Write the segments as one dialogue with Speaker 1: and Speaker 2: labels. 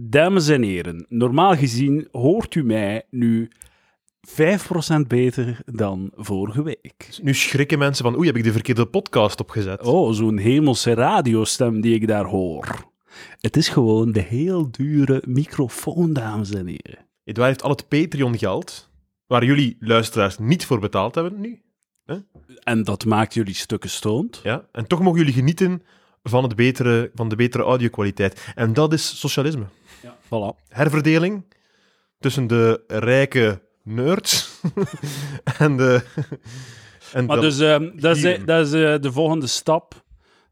Speaker 1: Dames en heren, normaal gezien hoort u mij nu 5% beter dan vorige week.
Speaker 2: Nu schrikken mensen van, oei, heb ik de verkeerde podcast opgezet?
Speaker 1: Oh, zo'n hemelse radiostem die ik daar hoor. Het is gewoon de heel dure microfoon, dames en heren.
Speaker 2: Edouard heeft al het Patreon-geld, waar jullie luisteraars niet voor betaald hebben nu.
Speaker 1: En dat maakt jullie stukken stoont.
Speaker 2: Ja? En toch mogen jullie genieten van, het betere, van de betere audiokwaliteit. En dat is socialisme.
Speaker 1: Voilà.
Speaker 2: Herverdeling tussen de rijke nerds en de... En
Speaker 1: Maar
Speaker 2: de-
Speaker 1: dus, ehm, dat is,
Speaker 2: Gieren.
Speaker 1: dat is eh, de volgende stap.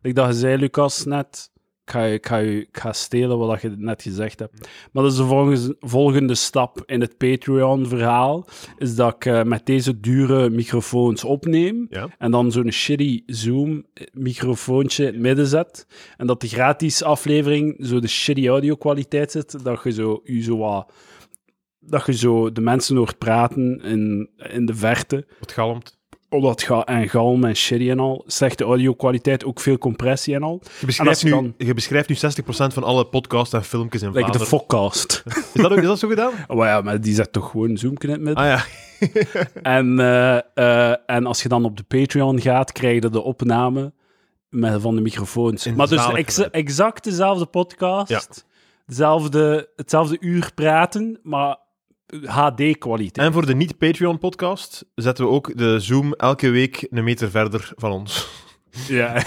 Speaker 1: Ik dacht, je zei Lucas net, ik ga, je- ik ga, je- ik ga stelen wat je net gezegd hebt. Maar dat is de volgende, volgende stap in het Patreon-verhaal, is dat ik eh, met deze dure microfoons opneem
Speaker 2: Ja.
Speaker 1: en dan zo'n shitty Zoom-microfoontje in het midden zet en dat de gratis aflevering zo de shitty audio-kwaliteit zit, dat je zo, je zo wat... Dat je zo de mensen hoort praten in, in de verte
Speaker 2: Wat galmt.
Speaker 1: omdat ga en galm en shitty en al, slechte audio-kwaliteit, ook veel compressie en al. En
Speaker 2: Je
Speaker 1: als
Speaker 2: beschrijft,
Speaker 1: je
Speaker 2: nu,
Speaker 1: dan-
Speaker 2: je beschrijft nu 60% van alle podcasts en filmpjes in
Speaker 1: Like de
Speaker 2: Vlaanderen.
Speaker 1: Fokcast.
Speaker 2: Is dat, ook, is dat zo gedaan?
Speaker 1: maar ja, maar die zet toch gewoon Zoom in het midden.
Speaker 2: Ah ja.
Speaker 1: En, eh, eh, en als je dan op de Patreon gaat, krijg je de opname met, van de microfoons.
Speaker 2: In
Speaker 1: maar dus
Speaker 2: zalig
Speaker 1: ex-
Speaker 2: geluid.
Speaker 1: exact dezelfde podcast,
Speaker 2: Ja.
Speaker 1: dezelfde, hetzelfde uur praten, maar HD-kwaliteit.
Speaker 2: En voor de niet-Patreon-podcast zetten we ook de Zoom elke week een meter verder van ons.
Speaker 1: Ja.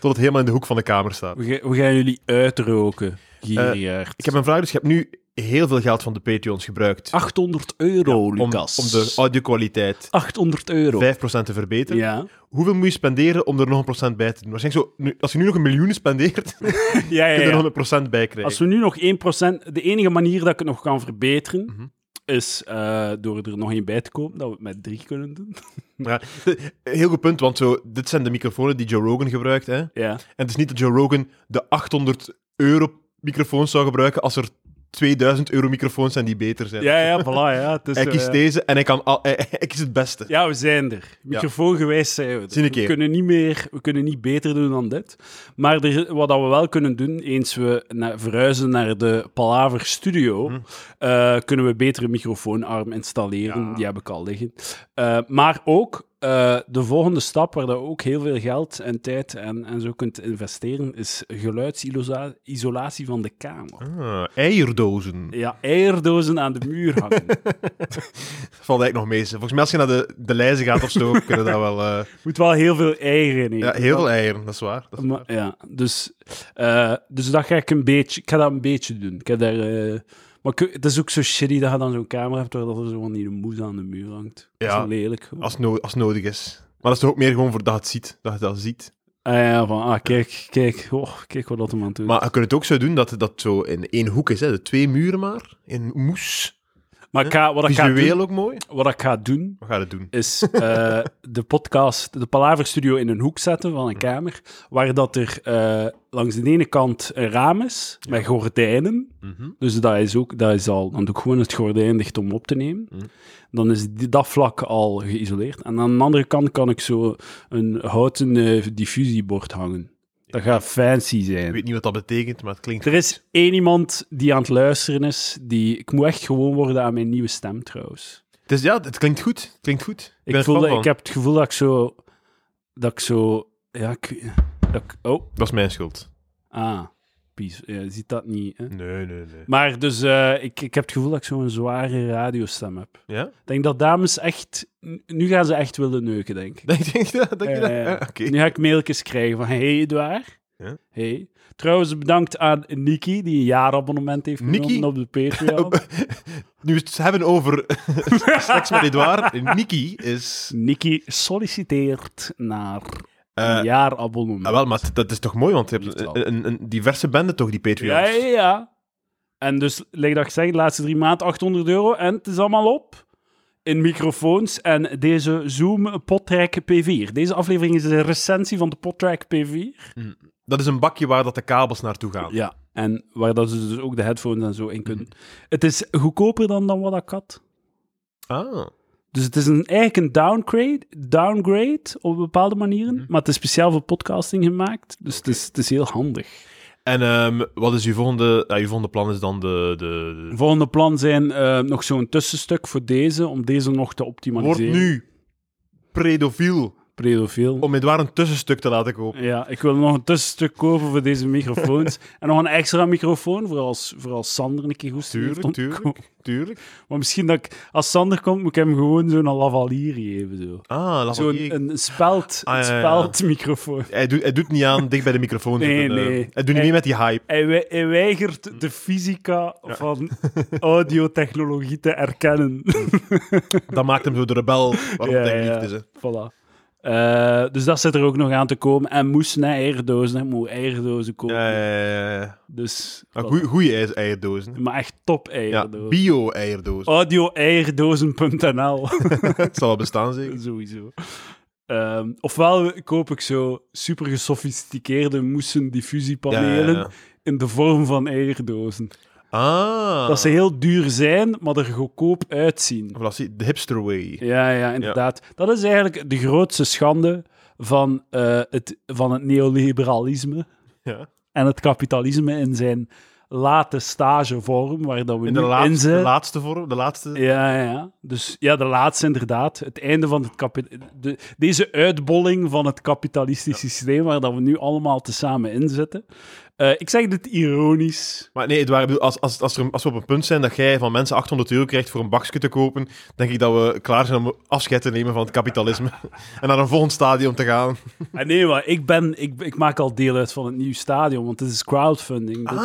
Speaker 2: Tot het helemaal in de hoek van de kamer staat.
Speaker 1: We, gaan- we gaan jullie uitroken, Geriaard.
Speaker 2: Ik heb een vraag, dus je hebt nu heel veel geld van de Patreons gebruikt
Speaker 1: 800 euro,
Speaker 2: om, om
Speaker 1: Lucas.
Speaker 2: de audiokwaliteit
Speaker 1: 800 euro.
Speaker 2: 5% te verbeteren.
Speaker 1: Ja.
Speaker 2: Hoeveel moet je spenderen om er nog een procent bij te doen? Waarschijnlijk zo, nu, als je nu nog een miljoen spendeert, kun
Speaker 1: Ja, ja,
Speaker 2: je er nog
Speaker 1: ja.
Speaker 2: een procent bij krijgen.
Speaker 1: Als we nu nog 1%... De enige manier dat ik het nog kan verbeteren,
Speaker 2: Mhm.
Speaker 1: is eh, door er nog één bij te kopen, dat we het met drie kunnen doen.
Speaker 2: Ja, Eh, heel goed punt, want zo, dit zijn de microfoons die Joe Rogan gebruikt. Hè? En
Speaker 1: Ja.
Speaker 2: het is niet dat Joe Rogan de 800 euro microfoons zou gebruiken als er 2000 euro microfoons zijn die beter zijn.
Speaker 1: Ja, ja, voilà, ja. Het is
Speaker 2: hij
Speaker 1: zo,
Speaker 2: kiest
Speaker 1: ja.
Speaker 2: deze en hij, kan al, eh, hij, hij kiest het
Speaker 1: Dus,
Speaker 2: beste.
Speaker 1: eh, Ja, we zijn er. Microfoongewijs zijn we er.
Speaker 2: Zien een
Speaker 1: We
Speaker 2: keer.
Speaker 1: kunnen niet meer, we kunnen niet beter doen dan dit. Maar er, wat dat we wel kunnen doen, eens we naar, verhuizen naar de Palaver Studio,
Speaker 2: Hm.
Speaker 1: eh, kunnen we betere microfoonarm installeren. Die heb ik al liggen. Eh, maar ook eh, de volgende stap, waar dat ook heel veel geld en tijd en, en zo kunt investeren, is geluidsisolatie van de kamer.
Speaker 2: Ah, eierdozen.
Speaker 1: Ja, eierdozen aan de muur hangen.
Speaker 2: Valt eigenlijk nog mee. Volgens mij als je naar de, de lijzen gaat of zo, kunnen dat wel... eh,
Speaker 1: Moet wel heel veel eieren in.
Speaker 2: ja, heel veel eieren, dat is waar. Dat is
Speaker 1: Maar, ja, dus, eh, dus dat ga ik een beetje... Ik ga dat een beetje doen. Ik ga daar... eh, maar ik- het is ook zo shitty dat je dan zo'n camera hebt waar dat er zo van die moes aan de muur hangt. Ja. Dat
Speaker 2: Ja.
Speaker 1: is lelijk. gewoon.
Speaker 2: Als, no- als nodig is. Maar dat is toch ook meer gewoon voor dat je het ziet. Dat je dat ziet.
Speaker 1: Ah ja, van, ah, kijk, kijk, oh, kijk wat dat hem aan het doen
Speaker 2: Maar
Speaker 1: maar,
Speaker 2: je kunt het ook zo doen dat dat zo in één hoek is. Hè. De twee muren maar. In moes.
Speaker 1: maar ik ga, wat, ik ga doen,
Speaker 2: Visueel ook mooi.
Speaker 1: wat ik ga doen,
Speaker 2: Wat gaat het doen?
Speaker 1: is eh, de podcast, de Palaver Studio in een hoek zetten van een kamer, waar dat er eh, langs de ene kant een raam is, met gordijnen, Dus dat is ook, dat is al, dan doe ik gewoon het gordijn dicht om op te nemen.
Speaker 2: Mm.
Speaker 1: Dan is die, dat vlak al geïsoleerd. En aan de andere kant kan ik zo een houten eh, diffusiebord hangen. Dat gaat fancy
Speaker 2: Ik
Speaker 1: zijn.
Speaker 2: weet niet wat dat betekent, maar het klinkt...
Speaker 1: Er is één iemand die aan het luisteren is, die... Ik moet echt gewoon worden aan mijn nieuwe stem, trouwens.
Speaker 2: Het is, ja, het klinkt goed. Het klinkt goed. Ik,
Speaker 1: Ik,
Speaker 2: ben er
Speaker 1: voel
Speaker 2: fan
Speaker 1: dat,
Speaker 2: van.
Speaker 1: ik heb het gevoel dat ik zo... Dat ik zo... Ja, ik... Dat ik oh,
Speaker 2: Dat is mijn schuld.
Speaker 1: ah. Pies, je ziet dat niet, hè?
Speaker 2: Nee, nee, nee.
Speaker 1: Maar dus, eh, ik, ik heb het gevoel dat ik zo'n zware radiostem heb.
Speaker 2: Ja?
Speaker 1: Ik denk dat dames echt... Nu gaan ze echt willen neuken, denk ik.
Speaker 2: Denk, denk, je dat- denk je dat?
Speaker 1: Ja, ja, ja.
Speaker 2: Ja, Oké.
Speaker 1: Nu ga ik mailtjes krijgen van... Hey, Edouard.
Speaker 2: Ja.
Speaker 1: Hey. Trouwens, bedankt aan Niki, die een jaarabonnement heeft genomen
Speaker 2: Niki?
Speaker 1: op de
Speaker 2: Oh,
Speaker 1: Patreon.
Speaker 2: Nu we het hebben over seks met Edouard. Nikki is...
Speaker 1: Niki solliciteert naar
Speaker 2: eh,
Speaker 1: een jaarabonnement.
Speaker 2: Ah, wel, maar t- dat is toch mooi, want je
Speaker 1: Niet
Speaker 2: hebt
Speaker 1: wel.
Speaker 2: een, een, een diverse bende toch, die Patreons.
Speaker 1: ja, ja, ja. En dus, like dat ik zeg, de laatste drie maanden 800 euro en het is allemaal op. In microfoons en deze Zoom Podtrack P4. Deze aflevering is een recensie van de Podtrack P4.
Speaker 2: Dat is een bakje waar dat de kabels naartoe gaan.
Speaker 1: Ja, en waar dat ze dus ook de headphones en zo in kunnen. Het is goedkoper dan, dan wat ik had.
Speaker 2: Ah.
Speaker 1: Dus het is een, eigenlijk een downgrade, downgrade op bepaalde manieren. Maar het is speciaal voor podcasting gemaakt. Dus het, is, het is heel handig.
Speaker 2: En ehm, wat is uw volgende... Ja, uw volgende plan is dan de... de, de-
Speaker 1: Volgende plan zijn eh, nog zo'n tussenstuk voor deze, om deze nog te
Speaker 2: Word
Speaker 1: optimaliseren.
Speaker 2: nu predofiel
Speaker 1: Predofiel.
Speaker 2: om Edouard een tussenstuk te laten kopen.
Speaker 1: Ja, ik wil nog een tussenstuk kopen voor deze microfoons. en nog een extra microfoon voor als, voor als Sander een keer goed
Speaker 2: Tuurlijk, tuurlijk, tuurlijk.
Speaker 1: Maar misschien dat ik, als Sander komt, moet ik hem gewoon zo'n lavalier geven. Zo.
Speaker 2: Ah, laat
Speaker 1: Zo'n
Speaker 2: ik-
Speaker 1: een speld,
Speaker 2: Ah,
Speaker 1: een
Speaker 2: ja, ja, ja.
Speaker 1: speldmicrofoon.
Speaker 2: hij, doet, hij doet niet aan dicht bij de microfoon
Speaker 1: Nee,
Speaker 2: zitten. eh.
Speaker 1: nee.
Speaker 2: Hij doet niet mee met die hype.
Speaker 1: Hij, we- hij weigert de fysica van audiotechnologie te erkennen.
Speaker 2: Dat maakt hem zo de rebel waarop
Speaker 1: Ja,
Speaker 2: hij
Speaker 1: ja,
Speaker 2: geliefd
Speaker 1: ja.
Speaker 2: is. hè.
Speaker 1: Voilà. Eh, dus dat zit er ook nog aan te komen. En moest naar eierdozen, hè. moet eierdozen komen.
Speaker 2: Ja, ja, ja, ja.
Speaker 1: Dus,
Speaker 2: Maar
Speaker 1: voilà.
Speaker 2: Ah, goeie- Goeie ei- eierdozen. hè.
Speaker 1: Maar echt top
Speaker 2: Ja,
Speaker 1: eierdozen.
Speaker 2: bio-eierdozen.
Speaker 1: Audioeierdozen.nl Oh.
Speaker 2: Het zal wel bestaan, zeker.
Speaker 1: Sowieso. Ehm, ofwel koop ik zo super gesofisticeerde moesen diffusiepanelen
Speaker 2: Ja, ja, ja.
Speaker 1: in de vorm van eierdozen.
Speaker 2: Ah.
Speaker 1: Dat ze heel duur zijn, maar er goedkoop uitzien.
Speaker 2: Of laat zien, de hipster way.
Speaker 1: Ja, ja, inderdaad. Dat is eigenlijk de grootste schande van, eh, het, van het neoliberalisme
Speaker 2: Ja.
Speaker 1: en het kapitalisme in zijn late stagevorm, waar dat we
Speaker 2: In
Speaker 1: nu
Speaker 2: de
Speaker 1: in
Speaker 2: laatste, de
Speaker 1: zijn.
Speaker 2: laatste vorm, de laatste...
Speaker 1: Ja, ja. Dus ja, de laatste inderdaad. Het einde van het kapi- de, deze uitbolling van het kapitalistische systeem waar dat we nu allemaal tezamen in zitten. Eh, ik zeg dit ironisch.
Speaker 2: Maar nee, Edouard, ik bedoel, als, als, als, er, als we op een punt zijn dat jij van mensen 800 euro krijgt voor een bakje te kopen, denk ik dat we klaar zijn om afscheid te nemen van het kapitalisme. en naar een volgend stadium te gaan.
Speaker 1: En Ah, nee, maar ik, ben, ik, ik maak al deel uit van het nieuw stadion, want dit is crowdfunding. Dit is,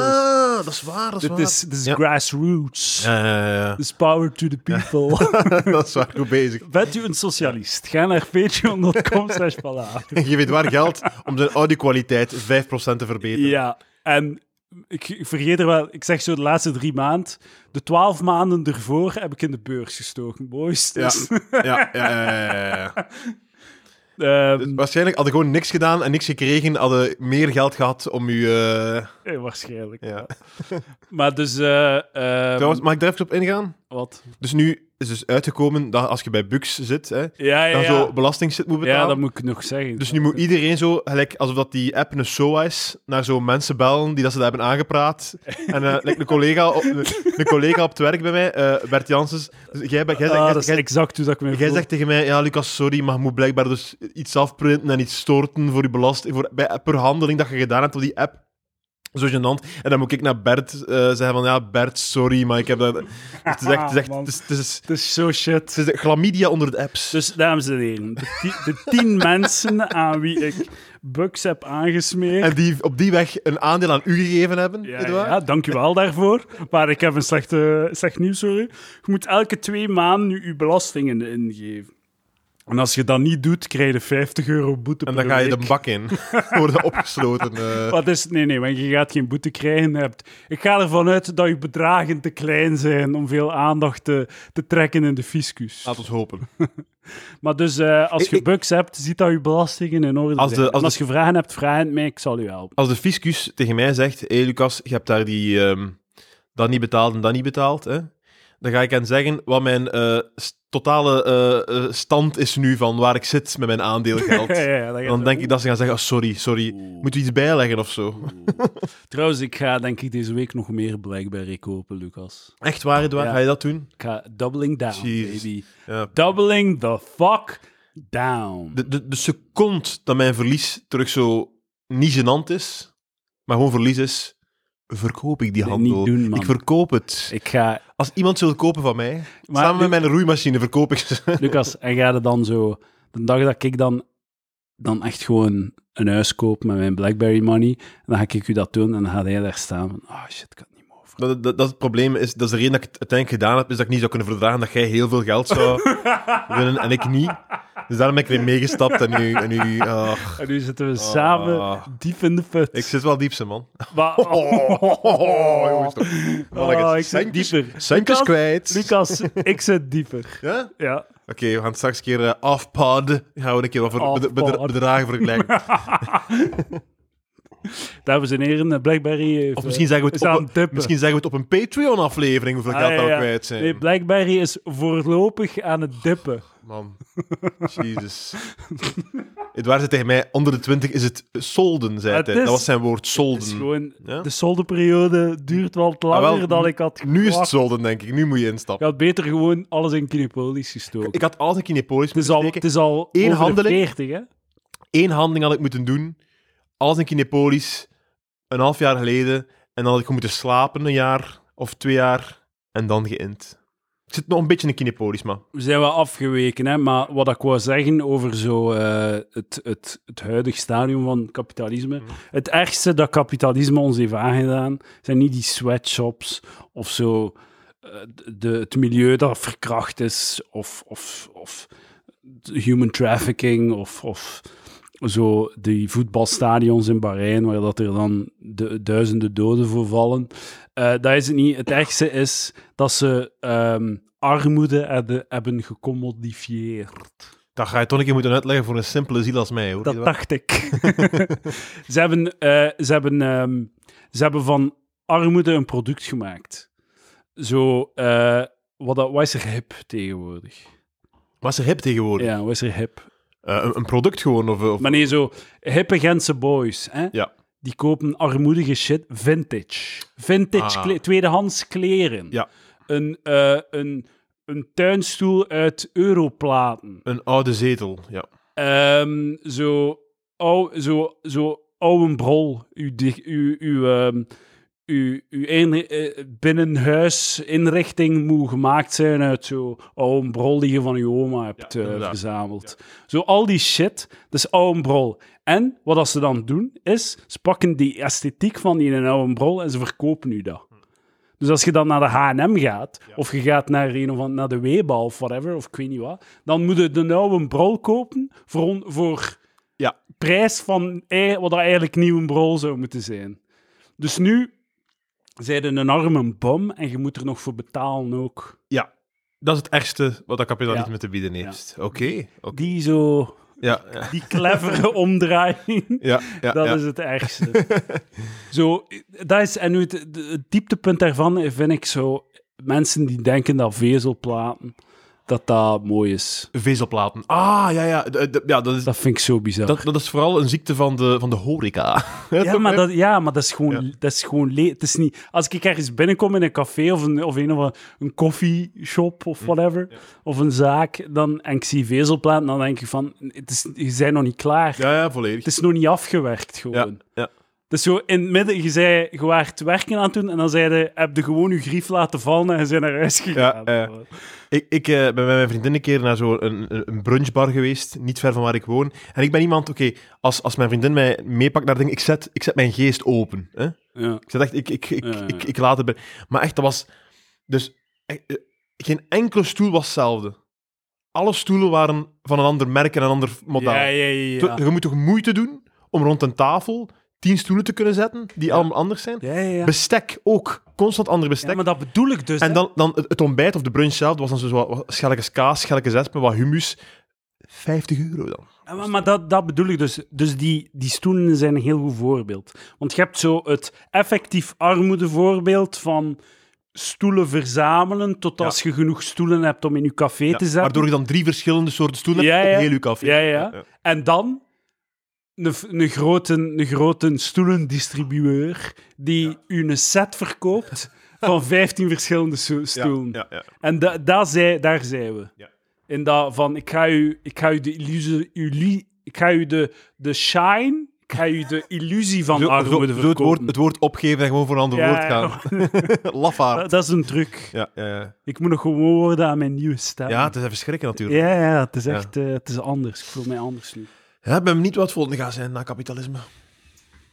Speaker 2: dat is waar, dat
Speaker 1: dit is, dit is
Speaker 2: Ah, Ja.
Speaker 1: grassroots.
Speaker 2: Ja, ja, ja,
Speaker 1: This power to the people.
Speaker 2: ja. dat is waar, goed bezig.
Speaker 1: Bent u een socialist? Ga naar patreon.com slash palaver.
Speaker 2: Geef Edouard geld om zijn audio-kwaliteit 5% te verbeteren.
Speaker 1: Ja, en ik, ik vergeet er wel, ik zeg zo de laatste drie maanden. De twaalf maanden ervoor heb ik in de beurs gestoken, boys.
Speaker 2: Ja,
Speaker 1: Dus,
Speaker 2: ja, ja, ja, ja, ja.
Speaker 1: ehm,
Speaker 2: Dus waarschijnlijk had ik gewoon niks gedaan en niks gekregen, hadden meer geld gehad om u... eh,
Speaker 1: eh, waarschijnlijk.
Speaker 2: ja.
Speaker 1: Maar dus, eh, ehm,
Speaker 2: Trouwens, mag ik daar even op ingaan?
Speaker 1: wat?
Speaker 2: Dus nu is dus uitgekomen dat als je bij Bux zit, hè,
Speaker 1: Ja, ja,
Speaker 2: dan
Speaker 1: ja.
Speaker 2: zo belasting zit moet betalen.
Speaker 1: ja, dat moet ik nog zeggen.
Speaker 2: Dus nu moet iedereen zo, gelijk alsof dat die app een SOA is, naar zo mensen bellen die dat ze daar hebben aangepraat. En eh, like een, collega op, een, een collega op het werk bij mij, eh, Bert Janssens, dus jij, bent- jij,
Speaker 1: Ah,
Speaker 2: zegt- jij-
Speaker 1: dat is
Speaker 2: jij-
Speaker 1: exact hoe dat ik me
Speaker 2: jij
Speaker 1: voel.
Speaker 2: zegt tegen mij, ja Lucas, sorry, maar je moet blijkbaar dus iets afprinten en iets storten voor je belasting, voor, bij, per handeling dat je gedaan hebt op die app. Zo gênant. En dan moet ik naar Bert eh, zeggen van, ja Bert, sorry, maar ik heb dat... Het is echt, het is, echt,
Speaker 1: Man.
Speaker 2: het is, het is,
Speaker 1: Het is zo shit.
Speaker 2: het is de chlamydia onder de apps.
Speaker 1: Dus, dames en heren, de, ti- de tien mensen aan wie ik bugs heb aangesmeerd,
Speaker 2: En die op die weg een aandeel aan u gegeven hebben,
Speaker 1: Ja,
Speaker 2: Edouard.
Speaker 1: ja, dank u wel daarvoor. Maar ik heb een slechte, slecht nieuws voor u. Je moet elke twee maanden nu uw belastingen ingeven. En als je dat niet doet, krijg je 50 euro boete
Speaker 2: En
Speaker 1: per
Speaker 2: dan ga je
Speaker 1: week.
Speaker 2: de bak in. Worden opgesloten. eh.
Speaker 1: Wat is, nee, nee, want je gaat geen boete krijgen. Je Hebt. Ik ga ervan uit dat je bedragen te klein zijn om veel aandacht te, te trekken in de fiscus.
Speaker 2: Laat ons hopen.
Speaker 1: Maar dus eh, als
Speaker 2: Ah. Ik-
Speaker 1: je
Speaker 2: ik-
Speaker 1: bugs hebt, ziet dat je belastingen in orde
Speaker 2: Als de-
Speaker 1: zijn. En
Speaker 2: als de-
Speaker 1: als je vragen hebt, vraag het mij, ik zal u helpen.
Speaker 2: Als de fiscus tegen mij zegt: Hé Lucas, je hebt daar die, ehm, dat niet betaald en dat niet betaald. Hè? Dan ga ik hen zeggen wat mijn eh, s- totale eh, eh, stand is nu van waar ik zit met mijn aandeelgeld.
Speaker 1: Ja, ja, ja, dat gaat
Speaker 2: Dan
Speaker 1: zo.
Speaker 2: denk ik dat ze gaan zeggen: oh, Sorry, sorry. Moet u iets bijleggen of zo?
Speaker 1: Trouwens, ik ga denk ik deze week nog meer BlackBerry kopen, Lucas.
Speaker 2: Echt waar, Edouard?
Speaker 1: Ja.
Speaker 2: Ga je dat doen?
Speaker 1: Ik ga doubling down,
Speaker 2: Jezus.
Speaker 1: baby.
Speaker 2: Ja.
Speaker 1: Doubling the fuck down.
Speaker 2: De, de, de seconde dat mijn verlies terug zo niet gênant is, maar gewoon verlies is, verkoop ik die
Speaker 1: Nee,
Speaker 2: handel.
Speaker 1: niet doen, man.
Speaker 2: ik verkoop het.
Speaker 1: Ik ga...
Speaker 2: Als iemand ze wil kopen van mij,
Speaker 1: Maar
Speaker 2: samen
Speaker 1: Lu-
Speaker 2: met mijn roeimachine verkoop ik ze.
Speaker 1: Lucas, en ga er dan zo... De dag dat ik dan, dan echt gewoon een huis koop met mijn BlackBerry money, dan ga ik u dat doen en dan gaat hij daar staan van... Oh shit, ik kan het niet meer over.
Speaker 2: Dat, dat, dat het probleem is, dat is de reden dat ik het uiteindelijk gedaan heb, is dat ik niet zou kunnen verdragen dat jij heel veel geld zou winnen en ik niet. Dus daarom ben ik erin meegestapt en nu... En nu ach,
Speaker 1: En nu zitten we samen
Speaker 2: Ah.
Speaker 1: diep in de put.
Speaker 2: ik zit wel diepste, man.
Speaker 1: Maar-
Speaker 2: Oh, jongens, toch. Man,
Speaker 1: Oh, ik
Speaker 2: het
Speaker 1: zit
Speaker 2: centjes-
Speaker 1: dieper.
Speaker 2: centjes
Speaker 1: Lucas,
Speaker 2: kwijt.
Speaker 1: Lucas, ik zit dieper.
Speaker 2: Ja?
Speaker 1: Ja.
Speaker 2: Oké, we gaan straks een keer eh, afpod. Gaan we een keer wat voor
Speaker 1: Afpod.
Speaker 2: bed- bedra- bedragen vergelijken.
Speaker 1: Dames en heren, eh, BlackBerry heeft,
Speaker 2: Of
Speaker 1: eh,
Speaker 2: misschien zeggen we
Speaker 1: is aan
Speaker 2: het
Speaker 1: het
Speaker 2: op, een-
Speaker 1: tippen.
Speaker 2: misschien zeggen we het op een Patreon-aflevering hoeveel
Speaker 1: Ah,
Speaker 2: geld
Speaker 1: ja,
Speaker 2: dat we
Speaker 1: ja.
Speaker 2: kwijt zijn.
Speaker 1: Nee, BlackBerry is voorlopig aan het dippen.
Speaker 2: Man. Jezus. Edouard zei tegen mij, onder de 20 is het solden, zei
Speaker 3: Het
Speaker 2: hij.
Speaker 3: is-
Speaker 2: Dat was zijn woord,
Speaker 1: Het is
Speaker 2: solden.
Speaker 1: gewoon...
Speaker 2: Ja?
Speaker 3: De soldenperiode duurt wel wat
Speaker 2: Ah,
Speaker 3: langer
Speaker 2: wel,
Speaker 3: dan ik had
Speaker 2: Nu is het
Speaker 3: verwacht.
Speaker 2: solden, denk ik. Nu moet je instappen.
Speaker 1: Je had beter gewoon alles in Kinepolis gestoken.
Speaker 2: Ik had altijd een kinepolis
Speaker 1: het is
Speaker 2: moeten
Speaker 1: al,
Speaker 2: steken.
Speaker 1: het is al
Speaker 2: Eén
Speaker 1: over de
Speaker 2: handeling.
Speaker 1: 40, hè?
Speaker 2: Eén handeling had ik moeten doen, als een kinepolis, een half jaar geleden. En dan had ik gewoon moeten slapen een jaar of twee jaar en dan geïnt. Ik zit nog een beetje in de kinepolis, maar...
Speaker 1: We zijn wel afgeweken, hè? maar wat ik wou zeggen over zo, eh, het, het, het huidige stadium van kapitalisme. Het ergste dat kapitalisme ons heeft aangedaan, zijn niet die sweatshops of zo, eh, de, het milieu dat verkracht is, of, of, of human trafficking, of, of zo die voetbalstadions in Bahrein, waar dat er dan de, duizenden doden voor vallen. Eh, dat is het niet. Het ergste is dat ze ehm, armoede hebben, hebben gecommodifieerd.
Speaker 2: Dat ga je toch een keer moeten uitleggen voor een simpele ziel als mij, hoor.
Speaker 1: Dat dacht ik. ze hebben, eh, ze, hebben, ehm, ze hebben van armoede een product gemaakt. Zo, eh, wat, dat- wat is er hip tegenwoordig?
Speaker 2: Was er hip tegenwoordig?
Speaker 1: Ja, wat is er hip?
Speaker 2: Eh, een, een product gewoon, of... of...
Speaker 1: Maar nee, zo hippe Gentse boys, hè?
Speaker 2: Ja.
Speaker 1: die kopen armoedige shit, vintage. Vintage,
Speaker 2: Ah.
Speaker 1: kle- tweedehands kleren.
Speaker 2: Ja.
Speaker 1: Een, eh, een, een tuinstoel uit europlaten.
Speaker 2: Een oude zetel, ja.
Speaker 1: Ehm, zo, ou, zo, zo oude brol, uw, di- uw, uw, ehm, uw, uw inri- eh, binnenhuisinrichting moet gemaakt zijn uit zo oude brol die je van je oma hebt
Speaker 2: Ja,
Speaker 1: eh,
Speaker 2: inderdaad.
Speaker 1: verzameld. Zo al die shit, dat is oude brol. En wat dat ze dan doen, is ze pakken die esthetiek van die oude brol en ze verkopen u dat. Dus als je dan naar de H&M gaat, of je gaat naar, een of an- naar de Weba of whatever, of ik weet niet wat, dan moet je de nieuwe brol kopen voor, on- voor
Speaker 2: Ja.
Speaker 1: prijs van ei- wat dat eigenlijk nieuwe brol zou moeten zijn. Dus nu zijn ze een arme bum en je moet er nog voor betalen ook.
Speaker 2: Ja. Dat is het ergste wat dat kapitalisme
Speaker 1: Ja.
Speaker 2: te bieden heeft. Oké. oké.
Speaker 1: Die zo,
Speaker 2: Ja, ja,
Speaker 1: die clevere omdraaiing.
Speaker 2: ja. ja,
Speaker 1: dat
Speaker 2: ja.
Speaker 1: is het ergste. zo, dat is, en nu het, het dieptepunt daarvan vind ik zo... Mensen die denken dat vezelplaten, dat dat mooi is.
Speaker 2: Vezelplaten. Ah, ja, ja. D- d- ja dat, is,
Speaker 1: Dat vind ik zo bizar.
Speaker 2: dat, dat is vooral een ziekte van de, van de horeca.
Speaker 1: ja, maar dat, ja, maar dat is gewoon,
Speaker 2: Ja.
Speaker 1: dat is gewoon leeg. Het is niet... Als ik ergens binnenkom in een café of een, of een, of een, een koffieshop of whatever, of een zaak, dan, en ik zie vezelplaten, dan denk ik van, het is, je bent nog niet klaar.
Speaker 2: Ja, ja, volledig.
Speaker 1: Het is nog niet afgewerkt, gewoon.
Speaker 2: Ja, ja.
Speaker 1: Dus zo in het midden, je zei, je waart werken aan het doen en dan zei je, heb je gewoon je grief laten vallen en je zijn naar huis gegaan.
Speaker 2: Ja, eh. Ik, ik eh, ben met mijn vriendin een keer naar zo'n een, een- een brunchbar geweest, niet ver van waar ik woon. En ik ben iemand, oké, als, als mijn vriendin mij meepakt naar dingen, ik zet, ik zet mijn geest open. Hè?
Speaker 1: ja.
Speaker 2: Ik zat echt, ik, ik, ik,
Speaker 1: Ja, ja, ja.
Speaker 2: ik, ik laat het bij. Maar echt, dat was. Dus eh, eh, geen enkele stoel was hetzelfde. Alle stoelen waren van een ander merk en een ander model.
Speaker 1: Ja, ja, ja. ja.
Speaker 2: Te- Je moet toch moeite doen om rond een tafel tien stoelen te kunnen zetten die allemaal anders zijn?
Speaker 1: Ja, ja, ja.
Speaker 2: Bestek ook. Constant ander bestek.
Speaker 1: Ja, maar dat bedoel ik dus.
Speaker 2: En dan, dan het het ontbijt of de brunch zelf, dat was dan zo wat- wat schelletjes kaas, schelletjes espen, wat hummus. 50 euro dan.
Speaker 1: Ja, maar, maar dat, dat bedoel ik dus. Dus die, die stoelen zijn een heel goed voorbeeld. Want je hebt zo het effectief armoedevoorbeeld van stoelen verzamelen tot
Speaker 2: Ja.
Speaker 1: als je genoeg stoelen hebt om in je café te zetten.
Speaker 2: waardoor je dan drie verschillende soorten stoelen
Speaker 1: Ja,
Speaker 2: hebt
Speaker 1: ja.
Speaker 2: op heel uw café.
Speaker 1: Ja, ja.
Speaker 2: ja.
Speaker 1: En dan een, f- een, grote, een grote stoelendistribueur die u een set verkoopt van 15 verschillende so- stoelen.
Speaker 2: Ja, ja,
Speaker 1: En da, daar zij, daar zijn we.
Speaker 2: Ja.
Speaker 1: In dat van, ik ga u, ik ga u de illusie, illu- ik ga u de, de shine, ik ga u de illusie van
Speaker 2: Zo, zo-
Speaker 1: armoede
Speaker 2: zo het, woord,
Speaker 1: verkopen.
Speaker 2: het woord opgeven en gewoon voor een ander
Speaker 1: Ja,
Speaker 2: woord gaan. Lafaard.
Speaker 1: Dat, dat is een truc.
Speaker 2: Ja, ja, ja.
Speaker 1: Ik moet nog gewoon worden aan mijn nieuwe stem.
Speaker 2: ja, het is even schrikken natuurlijk.
Speaker 1: ja, ja, het is
Speaker 2: Ja.
Speaker 1: echt, eh, het is anders. Ik voel mij anders nu.
Speaker 2: Ja, ik ben benieuwd wat het volgende gaat zijn na kapitalisme.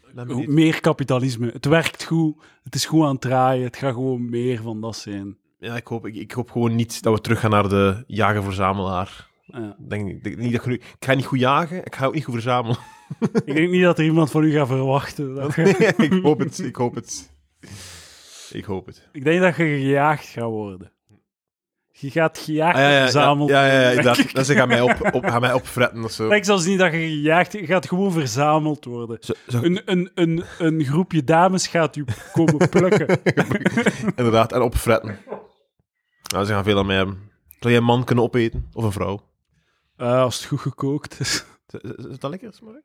Speaker 2: Ik
Speaker 1: Hoe
Speaker 2: ben benieuwd.
Speaker 1: meer kapitalisme. Het werkt goed, het is goed aan het draaien, het gaat gewoon meer van dat zijn.
Speaker 2: Ja, ik, hoop, ik, ik hoop gewoon niet dat we terug gaan naar de jager-verzamelaar.
Speaker 1: Ja.
Speaker 2: Ik Denk, ik denk niet dat ik, nu- ik ga niet goed jagen, ik ga ook niet goed verzamelen.
Speaker 1: Ik denk niet dat er iemand van u gaat verwachten. dat je-
Speaker 2: ik hoop het, ik hoop het. Ik hoop het.
Speaker 1: ik denk dat je gejaagd gaat worden. Je gaat gejaagd
Speaker 2: Ah, ja, ja, ja,
Speaker 1: verzamelen.
Speaker 2: ja, ja, ja, inderdaad. Dat ze gaan mij, op, op, gaan mij opfretten of zo.
Speaker 1: Ik denk zelfs niet dat je gejaagd... Je gaat gewoon verzameld worden.
Speaker 2: Zo- zo-
Speaker 1: Een, een, een, een groepje dames gaat u komen plukken.
Speaker 2: inderdaad, en opfretten. Nou, ze gaan veel aan mij hebben. Zou jij een man kunnen opeten? Of een vrouw?
Speaker 1: Eh, als het goed gekookt is.
Speaker 2: Is, is- is dat lekker, smaak?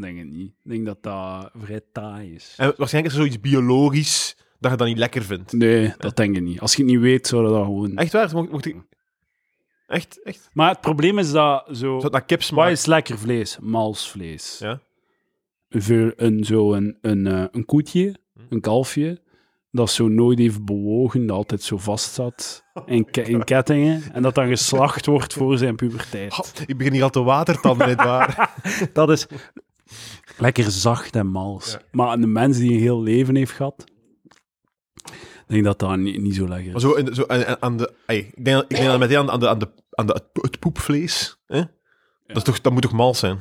Speaker 1: Denk het niet. Ik denk dat dat vrij taai is.
Speaker 2: En waarschijnlijk is er zoiets biologisch dat je dat niet lekker vindt.
Speaker 1: Nee, dat denk ik niet. Als je het niet weet, zou dat gewoon...
Speaker 2: Echt waar? Mocht, mocht ik... Echt, echt.
Speaker 1: Maar het probleem is dat zo...
Speaker 2: Zou het naar kip
Speaker 1: Wat
Speaker 2: smaken?
Speaker 1: is lekker vlees? Malsvlees.
Speaker 2: Ja.
Speaker 1: Voor een, zo een, een, eh, een koetje,
Speaker 2: Hm.
Speaker 1: een kalfje, dat zo nooit heeft bewogen, dat altijd zo vast zat
Speaker 2: Oh
Speaker 1: in, ke- in kettingen, en dat dan geslacht wordt voor zijn
Speaker 2: Ha,
Speaker 1: puberteit.
Speaker 2: ik begin hier al te watertanden, nietwaar?
Speaker 1: Dat is lekker zacht en mals.
Speaker 2: Ja.
Speaker 1: Maar aan de mens die een heel leven heeft gehad, ik denk dat dat niet, niet zo lekker
Speaker 2: maar
Speaker 1: is.
Speaker 2: zo, in de- zo aan, aan- aan de... ai, ik, denk, dat- ik denk dat meteen aan, de- aan, de, aan, de, aan de, het po- het poepvlees. Hè? Dat, is toch, dat moet toch mals zijn?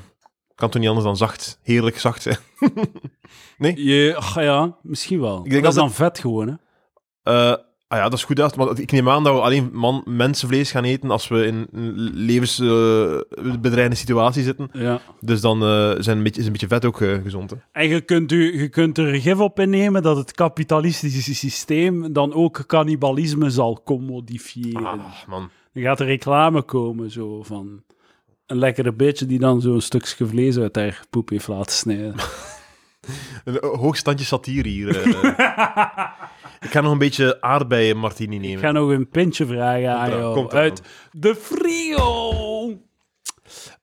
Speaker 2: Kan toch niet anders dan zacht? Heerlijk zacht zijn.
Speaker 1: Je, ach ja, misschien wel.
Speaker 2: Ik
Speaker 1: dat,
Speaker 2: denk dat
Speaker 1: is dan vet gewoon, hè?
Speaker 2: Eh, ah ja, dat is goed uit, want ik neem aan dat we alleen man, mensenvlees gaan eten als we in een levensbedreigende situatie zitten.
Speaker 1: Ja.
Speaker 2: Dus dan eh, zijn een beetje, is een beetje vet ook eh, gezond. Hè?
Speaker 1: En je kunt, u, je kunt er gif op innemen dat het kapitalistische systeem dan ook cannibalisme zal commodifiëren.
Speaker 2: Ah, man.
Speaker 1: Dan gaat er reclame komen zo van een lekkere bitch die dan zo'n stukje vlees uit haar poep heeft laten snijden.
Speaker 2: Een eh, hoog standje satire hier. eh. ik ga nog een beetje aardbeien martini nemen.
Speaker 1: Ik ga nog een pintje vragen aan
Speaker 2: eraan,
Speaker 1: jou
Speaker 2: komt eraan.
Speaker 1: uit de Frio.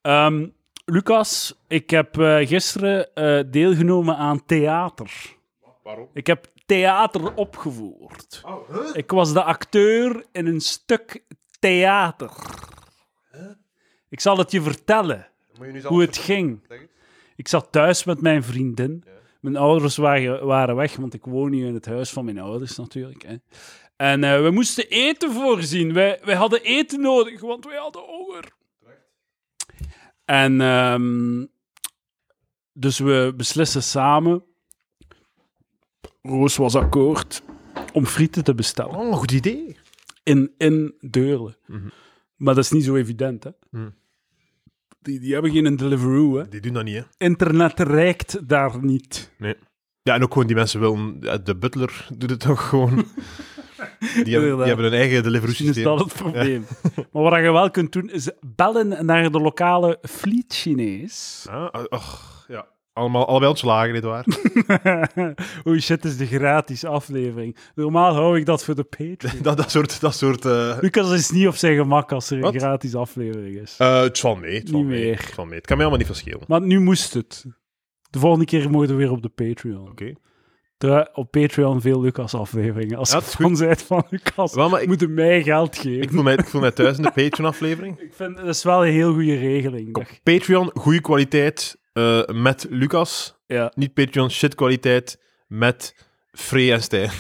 Speaker 1: Ehm, Lucas, ik heb eh, gisteren eh, deelgenomen aan theater.
Speaker 2: Waarom? Oh,
Speaker 1: Ik heb theater opgevoerd. Ik was de acteur in een stuk theater. Ik zal het je vertellen hoe het ging.
Speaker 2: Zeg eens.
Speaker 1: Ik zat thuis met mijn vriendin. Mijn ouders waren, waren weg, want ik woon nu in het huis van mijn ouders natuurlijk. Hè. En eh, we moesten eten voorzien. Wij, wij hadden eten nodig, want wij hadden honger. En ehm, dus we beslissen samen. Roos was akkoord om frieten te bestellen
Speaker 2: Oh, goed idee.
Speaker 1: in, in Deurle.
Speaker 2: Mhm.
Speaker 1: Maar dat is niet zo evident, hè?
Speaker 2: Mm.
Speaker 1: Die, die hebben geen Deliveroo, hè?
Speaker 2: Die doen dat niet, hè?
Speaker 1: Internet reikt daar niet.
Speaker 2: Ja, en ook gewoon die mensen willen... eh, De butler doet het toch gewoon. die, hebben,
Speaker 1: Inderdaad.
Speaker 2: die hebben hun eigen
Speaker 1: Misschien is
Speaker 2: delivery-systeem.
Speaker 1: dat het probleem. maar wat je wel kunt doen, is bellen naar de lokale Fleet Chinees.
Speaker 2: Ah, ah, och, ja. Allemaal, allebei ontslagen, nietwaar?
Speaker 1: Oei, shit, het is de gratis aflevering. Normaal hou ik dat voor de Patreon.
Speaker 2: dat, dat soort... Dat soort eh,
Speaker 1: Lucas is niet op zijn gemak als er een
Speaker 2: Wat?
Speaker 1: gratis aflevering is.
Speaker 2: eh, het valt mee. Het valt
Speaker 1: Niet
Speaker 2: mee.
Speaker 1: meer.
Speaker 2: Het valt mee. Het kan mij allemaal niet verschillen.
Speaker 1: Maar nu moest het. De volgende keer mogen we weer op de Patreon.
Speaker 2: Oké.
Speaker 1: Terwijl op Patreon veel Lucas-afleveringen. Als
Speaker 2: Ja,
Speaker 1: je
Speaker 2: dat is goed.
Speaker 1: fan bent van Lucas,
Speaker 2: Wel, maar ik,
Speaker 1: moeten mij geld geven.
Speaker 2: ik, voel mij, ik voel mij thuis in de Patreon-aflevering.
Speaker 1: Ik vind, dat is wel een heel goede regeling.
Speaker 2: Kom,
Speaker 1: Dat je-
Speaker 2: Patreon, goede kwaliteit eh, met Lucas.
Speaker 1: Ja.
Speaker 2: Niet Patreon, shit kwaliteit met Free en Stijn.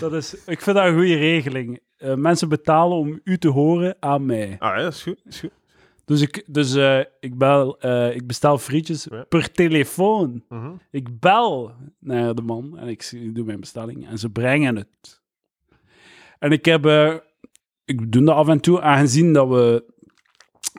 Speaker 1: Dat is, ik vind dat een goede regeling. Eh, mensen betalen om u te horen aan mij.
Speaker 2: Ah ja, dat is goed. Is goed.
Speaker 1: Dus ik, dus, eh, ik, bel, eh, ik bestel frietjes
Speaker 2: Ja.
Speaker 1: per telefoon.
Speaker 2: Mhm.
Speaker 1: Ik bel naar de man en ik z- ik doe mijn bestelling en ze brengen het. En ik heb, eh, ik doe dat af en toe, aangezien dat we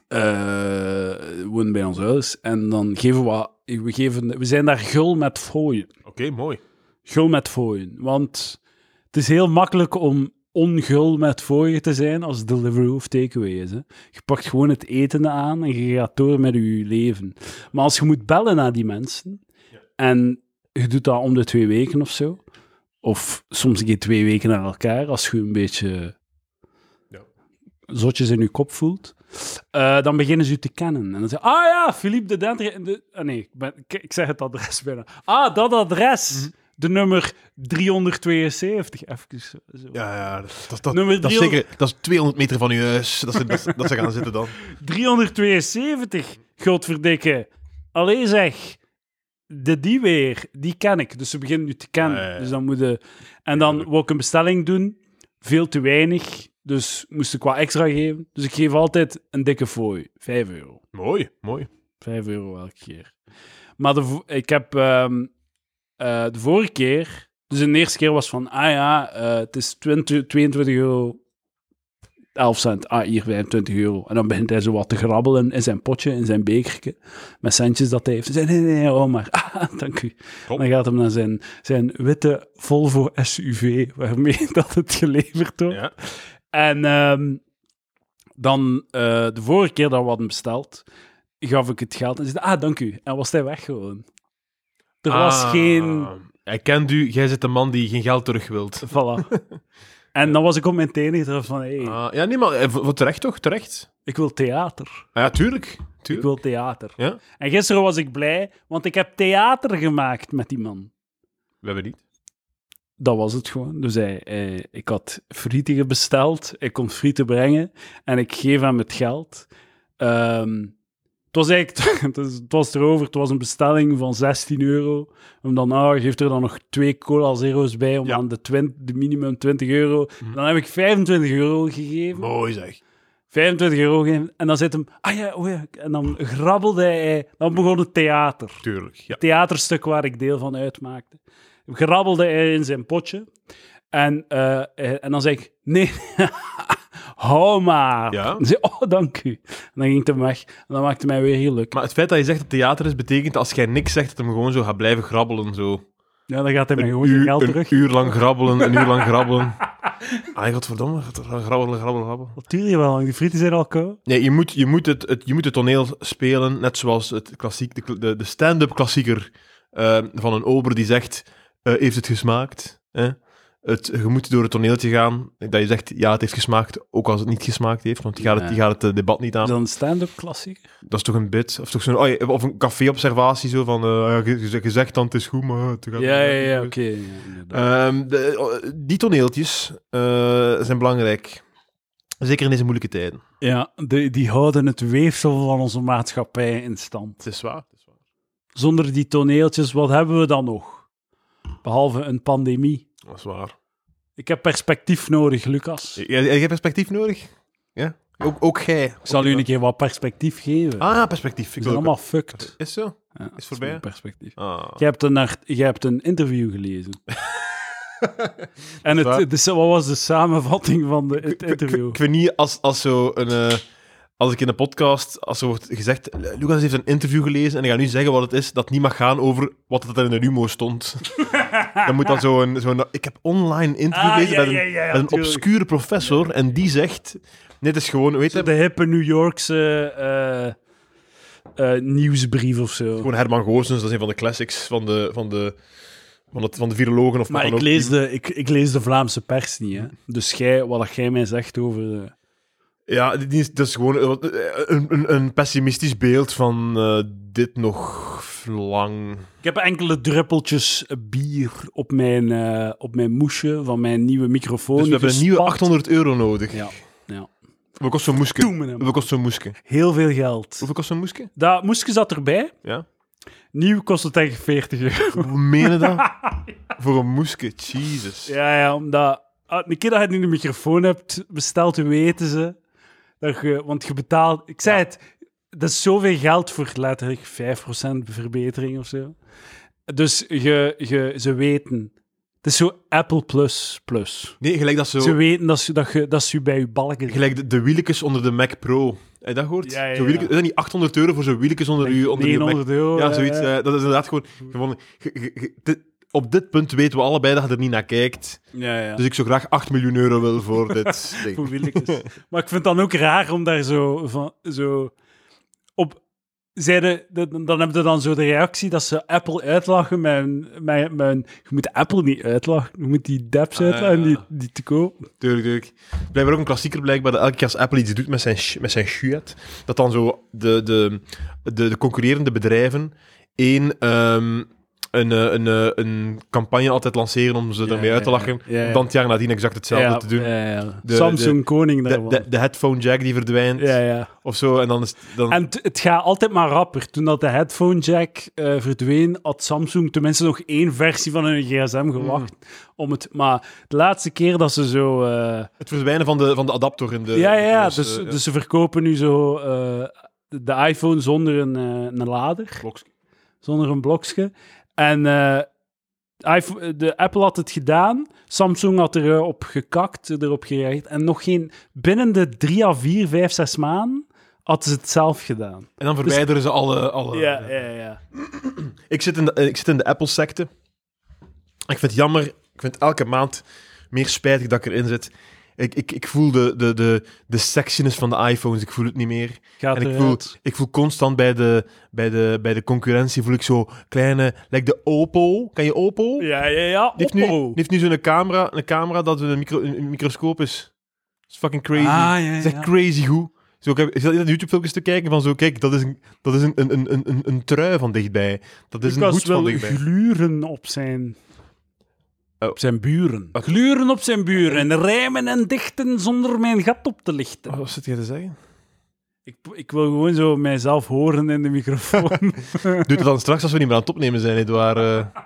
Speaker 1: eh, wonen bij ons huis. En dan geven we, we, geven, we zijn daar gul met fooien.
Speaker 2: Oké, mooi.
Speaker 1: Gul met fooien. Want het is heel makkelijk om ongul met fooien te zijn als delivery of takeaway is. Hè. Je pakt gewoon het eten aan en je gaat door met je leven. Maar als je moet bellen naar die mensen en je doet dat om de twee weken of zo, of soms een keer twee weken naar elkaar, als je een beetje
Speaker 2: Ja.
Speaker 1: zotjes in je kop voelt, eh, dan beginnen ze u te kennen. En dan zeggen ah ja, Philippe de Denter... De, ah nee, ik, ben- ik- ik zeg het adres bijna. Ah, dat adres!
Speaker 2: Mhm.
Speaker 1: De nummer 372, even zo.
Speaker 2: Ja, ja dat, dat, dat,
Speaker 1: Nummer
Speaker 2: dat is
Speaker 1: 300.
Speaker 2: zeker... Dat is 200 meter van je huis dat ze, dat, ze- dat ze gaan zitten dan.
Speaker 1: 372, godverdikke. Allee zeg, de die weer, die ken ik. Dus ze beginnen nu te kennen.
Speaker 2: Ja, ja, ja.
Speaker 1: Dus dan moet je- En dan wil ik een bestelling doen, veel te weinig. Dus moest ik wat extra geven. Dus ik geef altijd een dikke fooi, 5 euro.
Speaker 2: Mooi, mooi.
Speaker 1: 5 euro elke keer. Maar de, vo- ik heb ehm, eh, de vorige keer, dus de eerste keer was van, ah ja, eh, het is 20, 22 euro 11 cent, ah hier 25 euro. En dan begint hij zo wat te grabbelen in zijn potje, in zijn bekertje, met centjes dat hij heeft. Hij zei, nee, nee, nee, oh maar, ah, dank u.
Speaker 2: Top.
Speaker 1: Dan gaat hem naar zijn, zijn witte Volvo SUV, waarmee dat het geleverd wordt.
Speaker 2: Ja.
Speaker 1: En ehm, dan eh, de vorige keer dat we hadden besteld, gaf ik het geld en zei hij, ah, dank u. En was hij weg gewoon. Er was
Speaker 2: Ah,
Speaker 1: geen...
Speaker 2: Ik ken u, jij zit de man die geen geld terug wilt.
Speaker 1: Voilà. en dan was ik op mijn tenen getrapt van, hé, hey,
Speaker 2: Ah, ja, nee, maar eh, voor voor terecht toch? Terecht?
Speaker 1: ik wil theater.
Speaker 2: Ah, ja, tuurlijk.
Speaker 1: Ik
Speaker 2: tuurlijk.
Speaker 1: wil theater.
Speaker 2: Ja,
Speaker 1: En gisteren was ik blij, want ik heb theater gemaakt met die man.
Speaker 2: we hebben niet.
Speaker 1: Dat was het gewoon. Dus hij, hij- ik had frieten besteld, ik kon frieten brengen en ik geef hem het geld. Ehm, het was eigenlijk, het is- het was erover, het was een bestelling van 16 euro. En dan ah, geeft er dan nog twee cola zero's bij om
Speaker 2: Ja.
Speaker 1: aan de, 20 de minimum 20 euro. Dan heb ik 25 euro gegeven.
Speaker 2: Mooi zeg.
Speaker 1: 25 euro gegeven. En dan zit hem, ah ja, oh ja. En dan grabbelde hij, dan begon het theater
Speaker 2: Tuurlijk, ja.
Speaker 1: theaterstuk waar ik deel van uitmaakte. Grabbelde hij in zijn potje. En, eh, eh, en dan zei ik, nee, hou maar.
Speaker 2: Ja.
Speaker 1: Dan zei hij, oh, dank u. En dan ging het hem weg. En dan maakte mij weer heel leuk.
Speaker 2: Maar het feit dat je zegt dat theater is, betekent als jij niks zegt, dat hem gewoon zo gaat blijven grabbelen. Zo.
Speaker 1: Ja, dan gaat hij mij gewoon zijn
Speaker 2: Uur,
Speaker 1: geld
Speaker 2: een
Speaker 1: terug.
Speaker 2: uur lang grabbelen, een uur lang grabbelen. Ah, godverdomme, grabbelen, grabbelen, grabbelen.
Speaker 1: Wat duurde je wel lang? Die frieten zijn al koud.
Speaker 2: Nee, je moet, je, moet het, het, je moet het toneel spelen, net zoals het klassiek, de, de, de stand-up klassieker eh, van een ober die zegt, eh, heeft het gesmaakt? Hè? Het, je moet door het toneeltje gaan, dat je zegt, ja, het heeft gesmaakt, ook als het niet gesmaakt heeft, want die gaat het, die gaat het eh, debat niet aan.
Speaker 1: Is dat een stand-up klassieker?
Speaker 2: Dat is toch een bit? Of, toch zo'n, oh ja, of een café-observatie, zo van, eh, ja, je, je zegt dan, het is goed, maar... Het gaat
Speaker 1: Ja, ja, ja, oké. ja, inderdaad.
Speaker 2: Ehm, de- oh, die toneeltjes eh, zijn belangrijk. Zeker in deze moeilijke tijden.
Speaker 1: ja, de- die houden het weefsel van onze maatschappij in stand.
Speaker 2: Het is waar. Het is waar.
Speaker 1: Zonder die toneeltjes, wat hebben we dan nog? Behalve een pandemie.
Speaker 2: Dat is waar.
Speaker 1: Ik heb perspectief nodig, Lucas.
Speaker 2: J- Jij, jij hebt perspectief nodig? Ja? Ook, ook jij.
Speaker 1: Ik zal u een keer wat perspectief geven.
Speaker 2: Ah, perspectief.
Speaker 1: We
Speaker 2: Ik
Speaker 1: zijn
Speaker 2: wil ook-
Speaker 1: allemaal fucked.
Speaker 2: Is zo?
Speaker 1: Ja, dat
Speaker 2: voorbij,
Speaker 1: mijn
Speaker 2: hè?
Speaker 1: Perspectief.
Speaker 2: Ah.
Speaker 1: Je hebt, een, art- je hebt een interview gelezen. en het,
Speaker 2: waar.
Speaker 1: het is- wat was de samenvatting van de, het
Speaker 2: Ik- Ik,
Speaker 1: interview?
Speaker 2: ik weet niet, als, als zo een... eh, als ik in de podcast, als er wordt gezegd, Lucas heeft een interview gelezen en ik ga nu zeggen wat het is, dat niet mag gaan over wat er in de Numo stond. dan moet dan zo'n... zo'n ik heb online interview
Speaker 1: Ah,
Speaker 2: gelezen
Speaker 1: ja,
Speaker 2: met
Speaker 1: ja,
Speaker 2: een,
Speaker 1: ja, ja,
Speaker 2: met een
Speaker 1: tuurlijk.
Speaker 2: obscure professor en die zegt... Dit is gewoon, weet je,
Speaker 1: de hippe New Yorkse eh, eh, nieuwsbrief of zo.
Speaker 2: gewoon Herman Goossens, dat is een van de classics van de, van de, van het, van de virologen of
Speaker 1: Maar
Speaker 2: wat
Speaker 1: ik
Speaker 2: dan ook.
Speaker 1: lees, de, ik, ik lees de Vlaamse pers niet. Hè? Dus jij, wat dat jij mij zegt over... eh,
Speaker 2: Ja, die- die is- dat is gewoon eh, wat- eh, een, een, een pessimistisch beeld van eh, dit nog lang. Dus
Speaker 1: Ik heb enkele druppeltjes bier op mijn, eh, op mijn moesje van mijn nieuwe microfoon.
Speaker 2: Dus we hebben een
Speaker 1: gespat.
Speaker 2: nieuwe 800 euro nodig.
Speaker 1: Ja, ja.
Speaker 2: Wat kost zo'n moeske?
Speaker 1: Doe me hem.
Speaker 2: Hoeveel kost zo'n moeske?
Speaker 1: Heel veel geld.
Speaker 2: Hoeveel kost zo'n moeske?
Speaker 1: Dat moesje zat erbij.
Speaker 2: Ja.
Speaker 1: Nieuw kost het echt 40 euro.
Speaker 2: Hoe meen je dat? Voor een moeske, Jesus.
Speaker 1: Ja, ja, omdat... ah, Een keer dat je het in de microfoon hebt besteld, weten ze. Dat je, want je betaalt... Ik zei het, dat is zoveel geld voor letterlijk 5% verbetering of zo. Dus je, je, ze weten. Het is zo Apple Plus Plus.
Speaker 2: Nee, gelijk dat zo.
Speaker 1: Ze weten dat ze, dat, je, dat ze je bij je balken...
Speaker 2: Gelijk de, de wielekes onder de Mac Pro. Heb je dat gehoord?
Speaker 1: Ja, ja,
Speaker 2: Zo'n wielekes-
Speaker 1: ja.
Speaker 2: Is dat niet 800 euro voor zo'n wielekes onder uw onder uw Mac?
Speaker 1: 900 euro.
Speaker 2: Ja,
Speaker 1: eh,
Speaker 2: zoiets. eh, dat is inderdaad gewoon. gewoon ge- ge- ge- dit- op dit punt weten we allebei dat je er niet naar kijkt.
Speaker 1: Ja, ja.
Speaker 2: Dus ik zou graag 8 miljoen euro wil voor dit ding.
Speaker 1: voor Willekes. maar ik vind het dan ook raar om daar zo van zo op zeiden dan dan hebben ze dan zo de reactie dat ze Apple uitlachen met hun- met met hun- je moet Apple niet uitlachen je moet die deps
Speaker 2: Ah,
Speaker 1: uitlachen
Speaker 2: ja.
Speaker 1: die die te koop
Speaker 2: Tuurlijk, tuurlijk. Blijkbaar ook een klassieker, blijkbaar, dat elke keer als Apple iets doet met zijn, sh- met zijn schuet, dat dan zo de, de, de, de concurrerende bedrijven één... ehm, een, eh, een, eh, een campagne altijd lanceren om ze
Speaker 1: Ja,
Speaker 2: ermee uit te
Speaker 1: ja,
Speaker 2: lachen.
Speaker 1: ja, ja.
Speaker 2: Om dan het jaar nadien exact hetzelfde
Speaker 1: Ja,
Speaker 2: te doen.
Speaker 1: ja, ja.
Speaker 2: De-
Speaker 1: Samsung
Speaker 2: de-
Speaker 1: koning
Speaker 2: De,
Speaker 1: daarvan
Speaker 2: de, de headphone jack die verdwijnt
Speaker 1: ja ja
Speaker 2: of zo. En dan is het- dan...
Speaker 1: en t- het gaat altijd maar rapper toen dat de headphone jack eh, verdween had Samsung tenminste nog één versie van hun gsm gewacht om het maar de laatste keer dat ze zo Hmm. eh,
Speaker 2: het verdwijnen van de, van de adapter in de.
Speaker 1: ja, ja, ja.
Speaker 2: in de-
Speaker 1: Dus,
Speaker 2: eh,
Speaker 1: dus ze verkopen nu zo eh, de iPhone zonder een, eh, een lader,
Speaker 2: Blokske.
Speaker 1: zonder een blokje. En eh, iPhone- de Apple had het gedaan, Samsung had erop gekakt, erop gereageerd. En nog geen, binnen de drie à vier, vijf, zes maanden hadden ze het zelf gedaan.
Speaker 2: En dan verwijderen ze alle. alle eh,
Speaker 1: ja, ja.
Speaker 2: Ik zit in de, eh, ik zit in de Apple-secte. Ik vind het jammer. Ik vind het elke maand meer spijtig dat ik erin zit. Ik, ik, ik voel de, de, de, de sexiness van de iPhones, ik voel het niet meer.
Speaker 1: Gaat
Speaker 2: En ik voel,
Speaker 1: eruit.
Speaker 2: ik voel constant bij de, bij, de, bij de concurrentie, voel ik zo kleine, like de Oppo. Kan je Oppo?
Speaker 1: Ja, ja, ja. Oh,
Speaker 2: Die heeft nu,
Speaker 1: Oppo.
Speaker 2: die heeft nu zo'n camera, een camera dat een, micro, een, een microscoop is. Dat is fucking crazy.
Speaker 1: Ah, ja,
Speaker 2: dat is
Speaker 1: ja,
Speaker 2: echt crazy goed. Zo, ik heb- ik zat in YouTube-filmpjes te kijken van zo, kijk, dat is een, dat is een, een, een, een- een, een trui van dichtbij. Dat is een
Speaker 1: Lucas
Speaker 2: hoed
Speaker 1: wil
Speaker 2: van dichtbij.
Speaker 1: gluren op zijn...
Speaker 2: Oh.
Speaker 1: Op zijn buren. Gluren op zijn buren. En rijmen en dichten zonder mijn gat op te lichten.
Speaker 2: Oh, wat zit jij te zeggen?
Speaker 1: Ik, ik wil gewoon zo mijzelf horen in de microfoon.
Speaker 2: Doe het dan straks als we niet meer aan het opnemen zijn, Edouard. eh.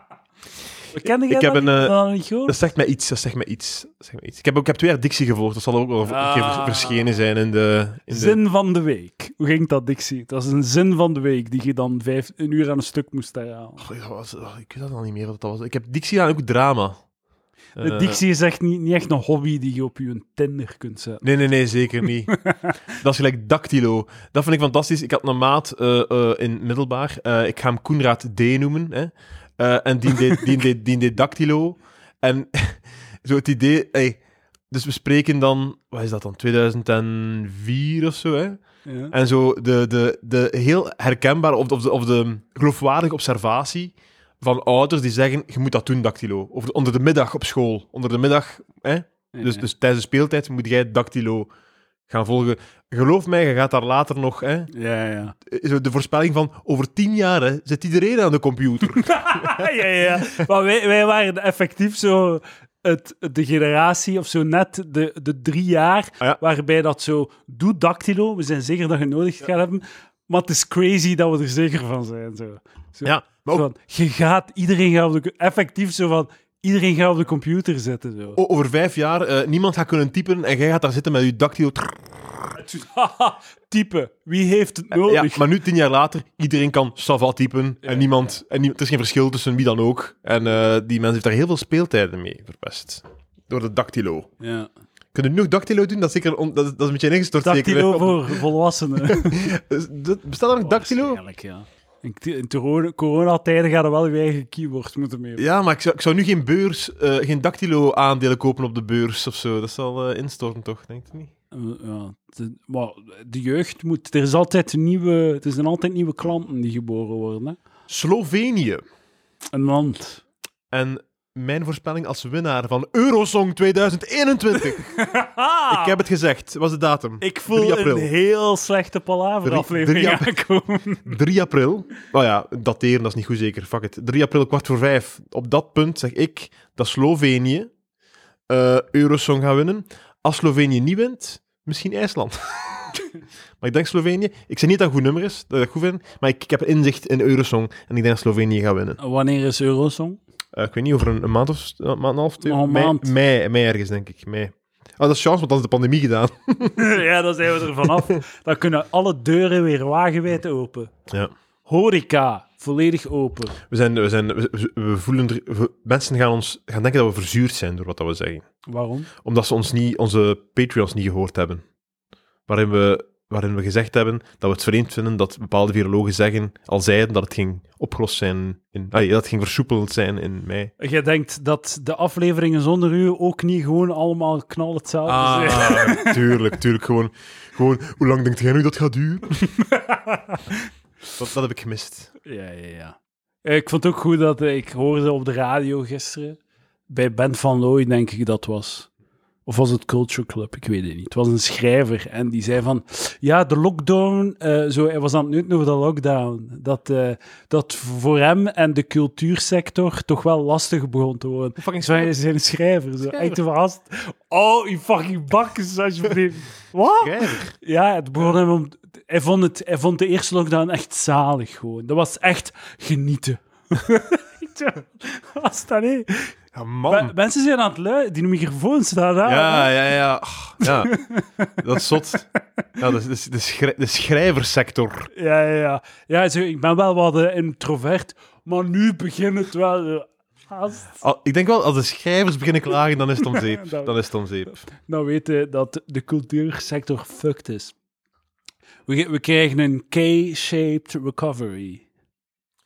Speaker 1: Ken jij
Speaker 2: Ik heb
Speaker 1: dat
Speaker 2: een,
Speaker 1: niet?
Speaker 2: eh,
Speaker 1: Dat niet gehoord?
Speaker 2: Dat zegt mij iets, dat zegt mij iets. Dat zegt mij iets. Ik, heb, ook- ik heb twee jaar Dixie gevolgd, dat zal ook wel een
Speaker 1: Ah.
Speaker 2: keer vers- verschenen zijn in de... In de...
Speaker 1: Zin van de week. Hoe ging dat, Dixie? Dat is een zin van de week die je dan vijf, een uur aan een stuk moest eh, herhalen.
Speaker 2: Oh, dat was- oh, ik weet dat al niet meer wat dat was. Ik heb Dixie gedaan, ook drama.
Speaker 1: De
Speaker 2: Eh,
Speaker 1: Dixie is echt niet, niet echt een hobby die je op je Tinder kunt zetten.
Speaker 2: Nee, nee, nee, zeker niet. dat is gelijk dactylo. Dat vind ik fantastisch. Ik had een maat eh, eh, in middelbaar. Eh, ik ga hem Koenraad D noemen. Hè. Eh, en die deed, die, deed, die deed dactylo. En zo het idee... Hey, dus we spreken dan... Wat is dat dan? 2004 of zo, hè?
Speaker 1: Ja.
Speaker 2: En zo de, de, de heel herkenbare of de, of, de, of de geloofwaardige observatie van ouders die zeggen, je moet dat doen, dactylo. Of onder de middag op school. Onder de middag, hè? Dus, dus tijdens de speeltijd moet jij dactylo gaan volgen. Geloof mij, je gaat daar later nog... Hè,
Speaker 1: ja, ja.
Speaker 2: zo de voorspelling van, over tien jaar hè, zit iedereen aan de computer.
Speaker 1: ja, ja, ja. Maar wij, wij waren effectief zo het, de generatie, of zo net de, de drie jaar,
Speaker 2: Ah, ja.
Speaker 1: waarbij dat zo, doe dactylo, we zijn zeker dat je nodig gaat hebben, maar het is crazy dat we er zeker van zijn. Zo. Zo,
Speaker 2: ja, maar ook
Speaker 1: van, je gaat, iedereen gaat op de, co- effectief zo van, iedereen gaat op de computer zitten. Zo.
Speaker 2: o- over vijf jaar, eh, niemand gaat kunnen typen en jij gaat daar zitten met je dactylo.
Speaker 1: En toen, haha, typen, wie heeft het
Speaker 2: Ja,
Speaker 1: nodig?
Speaker 2: maar nu, tien jaar later, iedereen kan Sava typen. En, niemand, en nie- er is geen verschil tussen wie dan ook. En eh, die mensen heeft daar heel veel speeltijden mee verpest. Door de dactylo.
Speaker 1: Ja.
Speaker 2: Kunnen nu nog dactylo doen? Dat is, zeker on- dat is, dat is een beetje ingestort. zeker,
Speaker 1: Dactylo
Speaker 2: hè?
Speaker 1: voor volwassenen.
Speaker 2: Is- dat- Bestaat er nog dactylo?
Speaker 1: Waarschijnlijk, ja. In, in corona- coronatijden gaan er wel je eigen keyboard moeten mee.
Speaker 2: Ja, maar ik zou, ik zou nu geen beurs, eh, geen dactylo aandelen kopen op de beurs of zo. Dat zal eh, instorten toch, denk ik niet?
Speaker 1: Eh, Ja, de, maar de jeugd moet... Er, is altijd nieuwe, er zijn altijd nieuwe klanten die geboren worden. Hè?
Speaker 2: Slovenië.
Speaker 1: Een land.
Speaker 2: En mijn voorspelling als winnaar van Eurosong 2021. Ik heb het gezegd. Wat is de datum?
Speaker 1: Ik
Speaker 2: 3
Speaker 1: voel
Speaker 2: april.
Speaker 1: een heel slechte
Speaker 2: Drie-
Speaker 1: palaveraflevering
Speaker 2: drie
Speaker 1: aankomen.
Speaker 2: 3 april. Nou ja, dateren, dat is niet goed zeker. Fuck it. 3 april, kwart voor vijf. Op dat punt zeg ik dat Slovenië eh, Eurosong gaat winnen. Als Slovenië niet wint, misschien IJsland. maar ik denk Slovenië. Ik zeg niet dat het een goed nummer is, dat ik dat goed vind. Maar ik, ik heb inzicht in Eurosong en ik denk dat Slovenië gaat winnen.
Speaker 1: Wanneer is Eurosong?
Speaker 2: Eh, ik weet niet, over een, een maand of een maand en een half? twee-
Speaker 1: Nog een
Speaker 2: mei,
Speaker 1: maand.
Speaker 2: Mei, mei ergens, denk ik. Mei. Ah, dat is chance, want dat is de pandemie gedaan.
Speaker 1: ja, dan zijn we er vanaf. Dan kunnen alle deuren weer wagenwijd open.
Speaker 2: Ja.
Speaker 1: Horeca, volledig open.
Speaker 2: We, zijn, we, zijn, we, we voelen... er- we- mensen gaan, ons, gaan denken dat we verzuurd zijn door wat dat we zeggen.
Speaker 1: Waarom?
Speaker 2: Omdat ze ons niet, onze Patreons niet gehoord hebben. Waarin we, waarin we gezegd hebben dat we het vreemd vinden dat bepaalde virologen zeggen, al zeiden dat het ging opgelost zijn, in, ah, dat het ging versoepeld zijn in mei.
Speaker 1: Jij denkt dat de afleveringen zonder u ook niet gewoon allemaal knal hetzelfde
Speaker 2: Ah.
Speaker 1: zijn.
Speaker 2: tuurlijk, tuurlijk. Gewoon, gewoon hoe lang denkt jij nu dat het gaat duren? dat, dat heb ik gemist.
Speaker 1: Ja, ja, ja. Eh, Ik vond het ook goed dat eh, ik hoorde op de radio gisteren, bij Ben van Looy denk ik dat was. Of was het Culture Club? Ik weet het niet. Het was een schrijver en die zei van... Ja, de lockdown... eh, zo, hij was aan het nutten over de lockdown. Dat, eh, dat voor hem en de cultuursector toch wel lastig begon te worden.
Speaker 2: Fucking
Speaker 1: Zo, hij zijn een schrijver. Zo, echt verrast. Oh, je fucking bakkes, alsjeblieft. Wat?
Speaker 2: schrijver.
Speaker 1: Ja, het begon hem om... Hij vond, het, hij vond de eerste lockdown echt zalig gewoon. Dat was echt genieten. Ik zo, Wat is dat nee?
Speaker 2: Ja, man.
Speaker 1: Mensen zijn aan het luisteren. Die microfoon staat aan.
Speaker 2: Ja, ja, ja. Ach, ja. Dat is zot. Ja, dat is- dat is de, schrij- de schrijversector.
Speaker 1: ja, ja. ja. ja zo, ik ben wel wat eh, introvert, maar nu begint het wel... eh, haast.
Speaker 2: Al- ik denk wel, als de schrijvers beginnen klagen, dan is het om zeep.
Speaker 1: Dat-
Speaker 2: Dan Eh, is het om zeep.
Speaker 1: nou weten dat de cultuursector fucked is. We, ge- we krijgen een K-shaped recovery.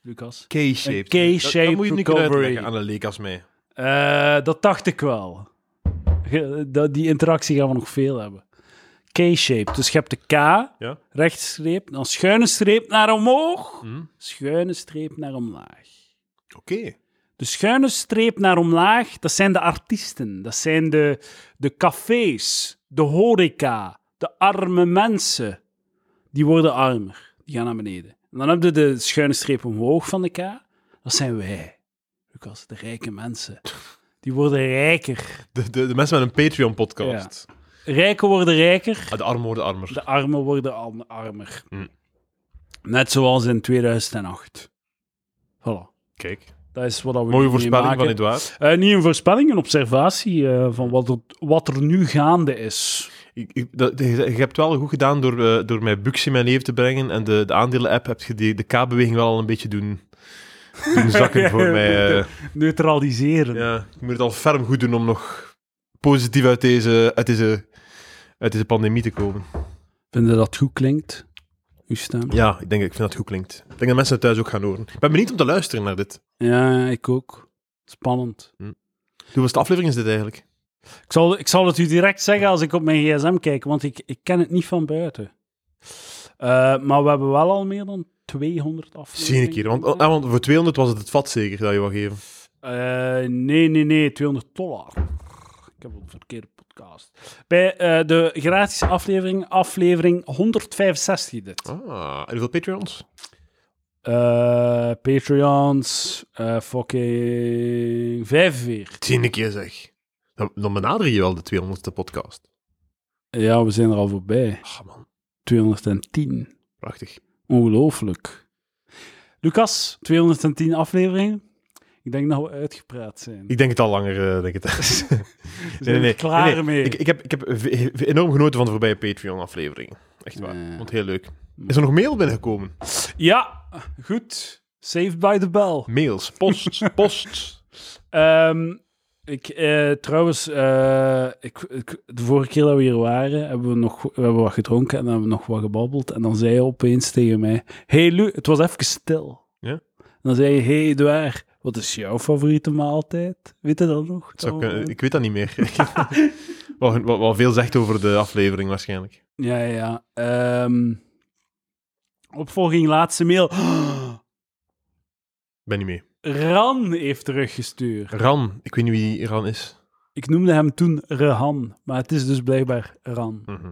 Speaker 1: Lucas?
Speaker 2: eh, K-shaped.
Speaker 1: Een K-shaped
Speaker 2: Dat- dat moet je niet kunnen
Speaker 1: recovery.
Speaker 2: uitleggen aan een leek als mij.
Speaker 1: Eh, dat dacht ik wel. ge- dat- die interactie gaan we nog veel hebben. K-shape. Dus je hebt de K,
Speaker 2: Ja.
Speaker 1: rechtstreep, dan schuine streep naar omhoog,
Speaker 2: Mhm.
Speaker 1: schuine streep naar omlaag.
Speaker 2: Oké.
Speaker 1: De schuine streep naar omlaag, dat zijn de artiesten, dat zijn de, de cafés, de horeca, de arme mensen. Die worden armer, die gaan naar beneden. En dan heb je de schuine streep omhoog van de K, dat zijn wij, Lucas, de rijke mensen. Die worden rijker.
Speaker 2: De, de, de mensen met een Patreon-podcast.
Speaker 1: Rijken worden rijker,
Speaker 2: Ah, de armen worden armer.
Speaker 1: de armen worden al- armer.
Speaker 2: Mm.
Speaker 1: Net zoals in 2008. Voilà.
Speaker 2: Kijk.
Speaker 1: Dat is wat dat we
Speaker 2: Mooie
Speaker 1: nu
Speaker 2: voorspelling van
Speaker 1: meemaken.
Speaker 2: Edouard.
Speaker 1: Eh, niet een voorspelling, een observatie eh, van wat er, wat er nu gaande is.
Speaker 2: Ik, ik, dat, je, je hebt wel goed gedaan door, eh, door mij Bux in mijn leven te brengen. En de, de aandelen-app heb je die, de K-beweging wel al een beetje doen, doen zakken voor mij. eh.
Speaker 1: Neutraliseren.
Speaker 2: Ja, ik moet het al ferm goed doen om nog positief uit deze, uit deze, uit deze pandemie te komen.
Speaker 1: Vind je dat goed klinkt? Uw stem?
Speaker 2: Ja, ik denk ik vind dat het goed klinkt. Ik denk dat mensen het thuis ook gaan horen. Ik ben benieuwd om te luisteren naar dit.
Speaker 1: Ja, ik ook. Spannend.
Speaker 2: Hoeveelste aflevering is dit eigenlijk?
Speaker 1: Ik zal, ik zal het u direct zeggen als ik op mijn gsm kijk, want ik, ik ken het niet van buiten. Eh, maar we hebben wel al meer dan 200 afleveringen.
Speaker 2: Zie ik hier. Want, ah, want voor 200 was het het vat zeker dat je wou geven.
Speaker 1: Eh, nee, nee, nee, 200 dollar. Ik heb een verkeerde podcast. Bij eh, de gratis aflevering, aflevering 165 dit.
Speaker 2: Ah, en hoeveel Patreons?
Speaker 1: Eh, Patreons, eh, fucking 45.
Speaker 2: Zie ik hier zeg. Dan, dan benader je wel de 200ste podcast.
Speaker 1: Ja, we zijn er al voorbij.
Speaker 2: Ah man,
Speaker 1: 210.
Speaker 2: prachtig.
Speaker 1: Ongelooflijk. Lucas, 210 afleveringen. Ik denk dat we uitgepraat zijn.
Speaker 2: Ik denk het al langer, eh, denk ik. het.
Speaker 1: We zijn er klaar mee.
Speaker 2: Ik, ik heb, ik heb v- v- enorm genoten van de voorbije Patreon-afleveringen. Echt waar.
Speaker 1: Ja.
Speaker 2: Vond heel leuk. Is er nog mail binnengekomen?
Speaker 1: Ja, goed. Saved by the bell.
Speaker 2: Mails, post, post.
Speaker 1: Ehm, ik, eh, trouwens, eh, ik, ik- de vorige keer dat we hier waren, hebben we nog we hebben wat gedronken en dan hebben we nog wat gebabbeld. En dan zei hij opeens tegen mij: Hey Lu, het was even stil.
Speaker 2: Ja.
Speaker 1: En dan zei hij: Hey Edouard, wat is jouw favoriete maaltijd? Weet je dat nog?
Speaker 2: Het zou kunnen- ik weet dat niet meer. wat, wat, wat veel zegt over de aflevering waarschijnlijk.
Speaker 1: Ja, ja, ja. Ehm, opvolging laatste mail.
Speaker 2: Ik ben niet mee.
Speaker 1: Ran heeft teruggestuurd.
Speaker 2: Ran. Ik weet niet wie Ran is.
Speaker 1: Ik noemde hem toen Rehan, maar het is dus blijkbaar Ran.
Speaker 2: Mhm.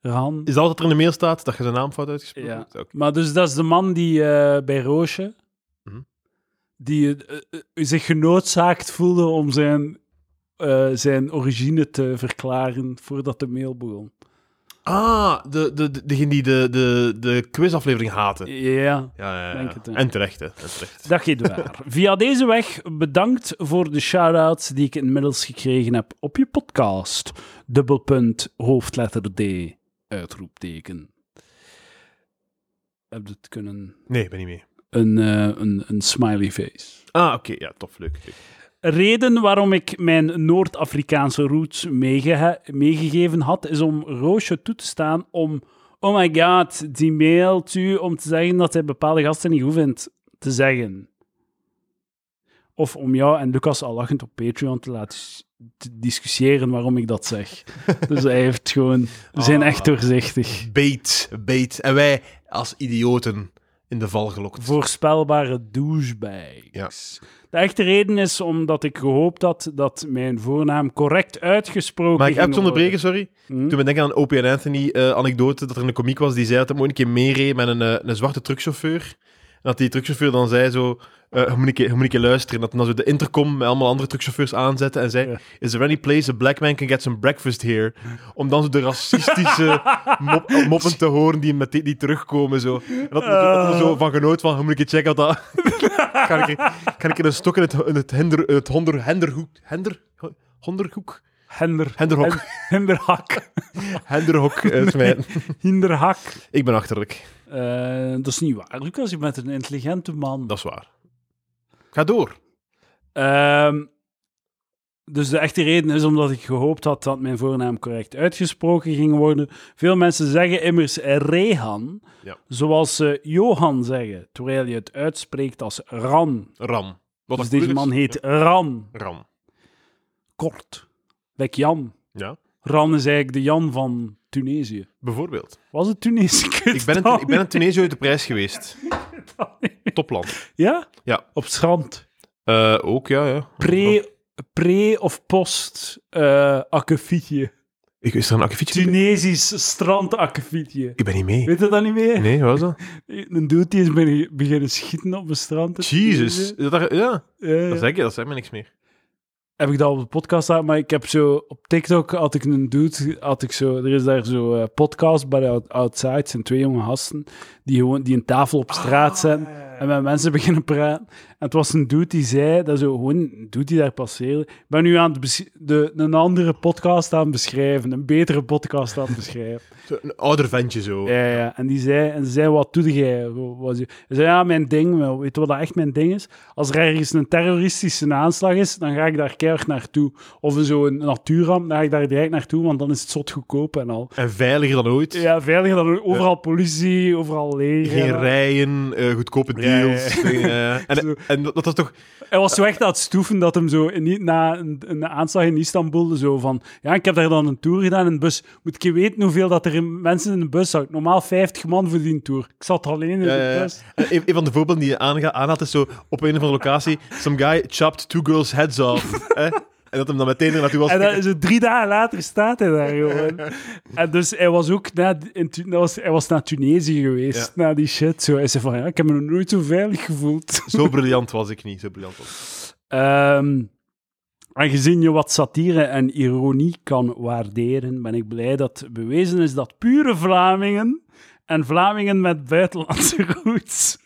Speaker 1: Ran
Speaker 2: Is dat wat er in de mail staat? Dat je zijn naam fout uitgesproken
Speaker 1: Ja.
Speaker 2: hebt? Oké.
Speaker 1: Maar dus dat is de man die eh, bij Roosje,
Speaker 2: Mhm.
Speaker 1: die eh, eh, zich genoodzaakt voelde om zijn, eh, zijn origine te verklaren voordat de mail begon.
Speaker 2: Ah, de, de, de- degene die de, de, de quizaflevering haatte. Ja,
Speaker 1: Ja.
Speaker 2: ja, ja.
Speaker 1: Denk het, ja.
Speaker 2: En terecht, hè. En terecht.
Speaker 1: Dag Edouard. Via deze weg bedankt voor de shout-outs die ik inmiddels gekregen heb op je podcast. Dubbelpunt, hoofdletter D, uitroepteken. Heb je het kunnen...
Speaker 2: Nee, ik ben niet mee.
Speaker 1: Een, eh, een, een smiley face.
Speaker 2: Ah, oké. Ja, tof. Leuk. leuk.
Speaker 1: reden waarom ik mijn Noord-Afrikaanse roots meege- meegegeven had, is om Roosje toe te staan om... Oh my god, die mailt u om te zeggen dat hij bepaalde gasten niet goed vindt te zeggen. Of om jou en Lucas al lachend op Patreon te laten s- te discussiëren waarom ik dat zeg. Dus hij heeft gewoon... We zijn
Speaker 2: Ah.
Speaker 1: echt doorzichtig.
Speaker 2: Bait, bait. En wij als idioten in de val gelokt.
Speaker 1: Voorspelbare douchebags.
Speaker 2: Ja.
Speaker 1: De echte reden is omdat ik gehoopt had dat mijn voornaam correct uitgesproken
Speaker 2: Maar ik heb
Speaker 1: ging
Speaker 2: het onderbreken,
Speaker 1: worden.
Speaker 2: sorry.
Speaker 1: Hm?
Speaker 2: Toen we denken aan een Opie en Anthony-anekdote, dat er een komiek was die zei dat hij moet een keer meereed met een, eh, een zwarte truckchauffeur. En dat die truckchauffeur dan zei zo, eh, je moet een keer, je moet een keer luisteren. En dat hij dan zo de intercom met allemaal andere truckchauffeurs aanzetten en zei,
Speaker 1: Ja.
Speaker 2: is there any place a black man can get some breakfast here? Om dan zo de racistische mop- moppen te horen die, meteen, die terugkomen. Zo. En dat dat er zo van genoot van, je moet een keer checken wat dat... kan, ik, kan ik een stok in het, in het, hinder, het honder, henderhoek... Hender, honderhoek?
Speaker 1: Hender.
Speaker 2: Henderhok.
Speaker 1: Hen- Hinderhak.
Speaker 2: Henderhok eh, smijten.
Speaker 1: Hinderhak.
Speaker 2: Ik ben achterlijk.
Speaker 1: Eh, dat is niet waar. Lucas, je bent een intelligente man.
Speaker 2: Dat is waar. Ga door.
Speaker 1: Ehm, dus de echte reden is omdat ik gehoopt had dat mijn voornaam correct uitgesproken ging worden. Veel mensen zeggen immers Rehan,
Speaker 2: Ja.
Speaker 1: zoals ze Johan zeggen, terwijl je het uitspreekt als Ran.
Speaker 2: Ram. Wat
Speaker 1: Dus
Speaker 2: een
Speaker 1: deze
Speaker 2: kleur is.
Speaker 1: man heet Ran.
Speaker 2: Ram.
Speaker 1: Kort. Like Jan.
Speaker 2: Ja,
Speaker 1: Ran is eigenlijk de Jan van Tunesië.
Speaker 2: bijvoorbeeld.
Speaker 1: Was het Tunesië?
Speaker 2: Ik ben, een, ik ben een Tunesië uit de prijs geweest. Topland.
Speaker 1: Ja?
Speaker 2: Ja.
Speaker 1: Op het strand.
Speaker 2: Eh, ook, ja, ja.
Speaker 1: Pre, pre of post eh akkefietje.
Speaker 2: Ik wist er een akkefietje.
Speaker 1: Tunesisch strandakkefietje.
Speaker 2: Ik ben niet mee.
Speaker 1: Weet je dat niet meer?
Speaker 2: Nee, wat was dat?
Speaker 1: Een dude die is beg- beginnen schieten op een strand. in
Speaker 2: Jezus.
Speaker 1: Tunesië.
Speaker 2: Is dat- ja,
Speaker 1: Ja, ja.
Speaker 2: dat zeg je, dat zegt me niks meer.
Speaker 1: heb ik dat op de podcast staan, maar ik heb zo op TikTok had ik een dude, had ik zo, er is daar zo eh, podcast bij de Out- Outside, zijn twee jonge gasten die gewoon die een tafel op straat zetten en met mensen beginnen praten. En het was een dude die zei dat zo gewoon een dude die daar passeerde. Ik ben nu aan het bes- de, een andere podcast aan het beschrijven, een betere podcast aan het beschrijven.
Speaker 2: Zo, Een ouder ventje zo.
Speaker 1: Ja, ja. En die zei, en ze zei wat doe jij? Wat was je? Hij zei, ja, mijn ding, wel, weet je wat dat echt mijn ding is? Als er ergens een terroristische aanslag is, dan ga ik daar keihard naartoe. Of zo'n natuurramp, dan ga ik daar direct naartoe, want dan is het zot goedkoop en al.
Speaker 2: En veiliger dan ooit.
Speaker 1: Ja, veiliger dan overal politie, overal leger.
Speaker 2: Geen rijen, eh, goedkope
Speaker 1: Ja,
Speaker 2: deals. eh,
Speaker 1: Zo.
Speaker 2: en, en dat dat was toch...
Speaker 1: Hij was zo echt aan het stoeven dat hem zo in, na een, een aanslag in Istanbul zo van... Ja, ik heb daar dan een tour gedaan in een bus. Moet ik je weten hoeveel dat er in- mensen in de bus zat? Normaal 50 man voor die tour. Ik zat alleen in
Speaker 2: Ja, ja,
Speaker 1: de
Speaker 2: ja.
Speaker 1: bus.
Speaker 2: En Een, een van de voorbeelden die je aanga- aanhaalt is zo op een of andere locatie. Some guy chopped two girls' heads off. hè? En dat hem dan meteen er naartoe was.
Speaker 1: En dan, zo drie dagen later staat hij daar gewoon. en dus hij was ook na, in, Tu- dat was, hij was naar Tunesië geweest, na die shit. Zo. Hij zei van, ja, ik heb me nog nooit zo veilig gevoeld.
Speaker 2: Zo briljant was ik niet. Zo briljant was. ik.
Speaker 1: Ehm, aangezien je wat satire en ironie kan waarderen, ben ik blij dat bewezen is dat pure Vlamingen en Vlamingen met buitenlandse roots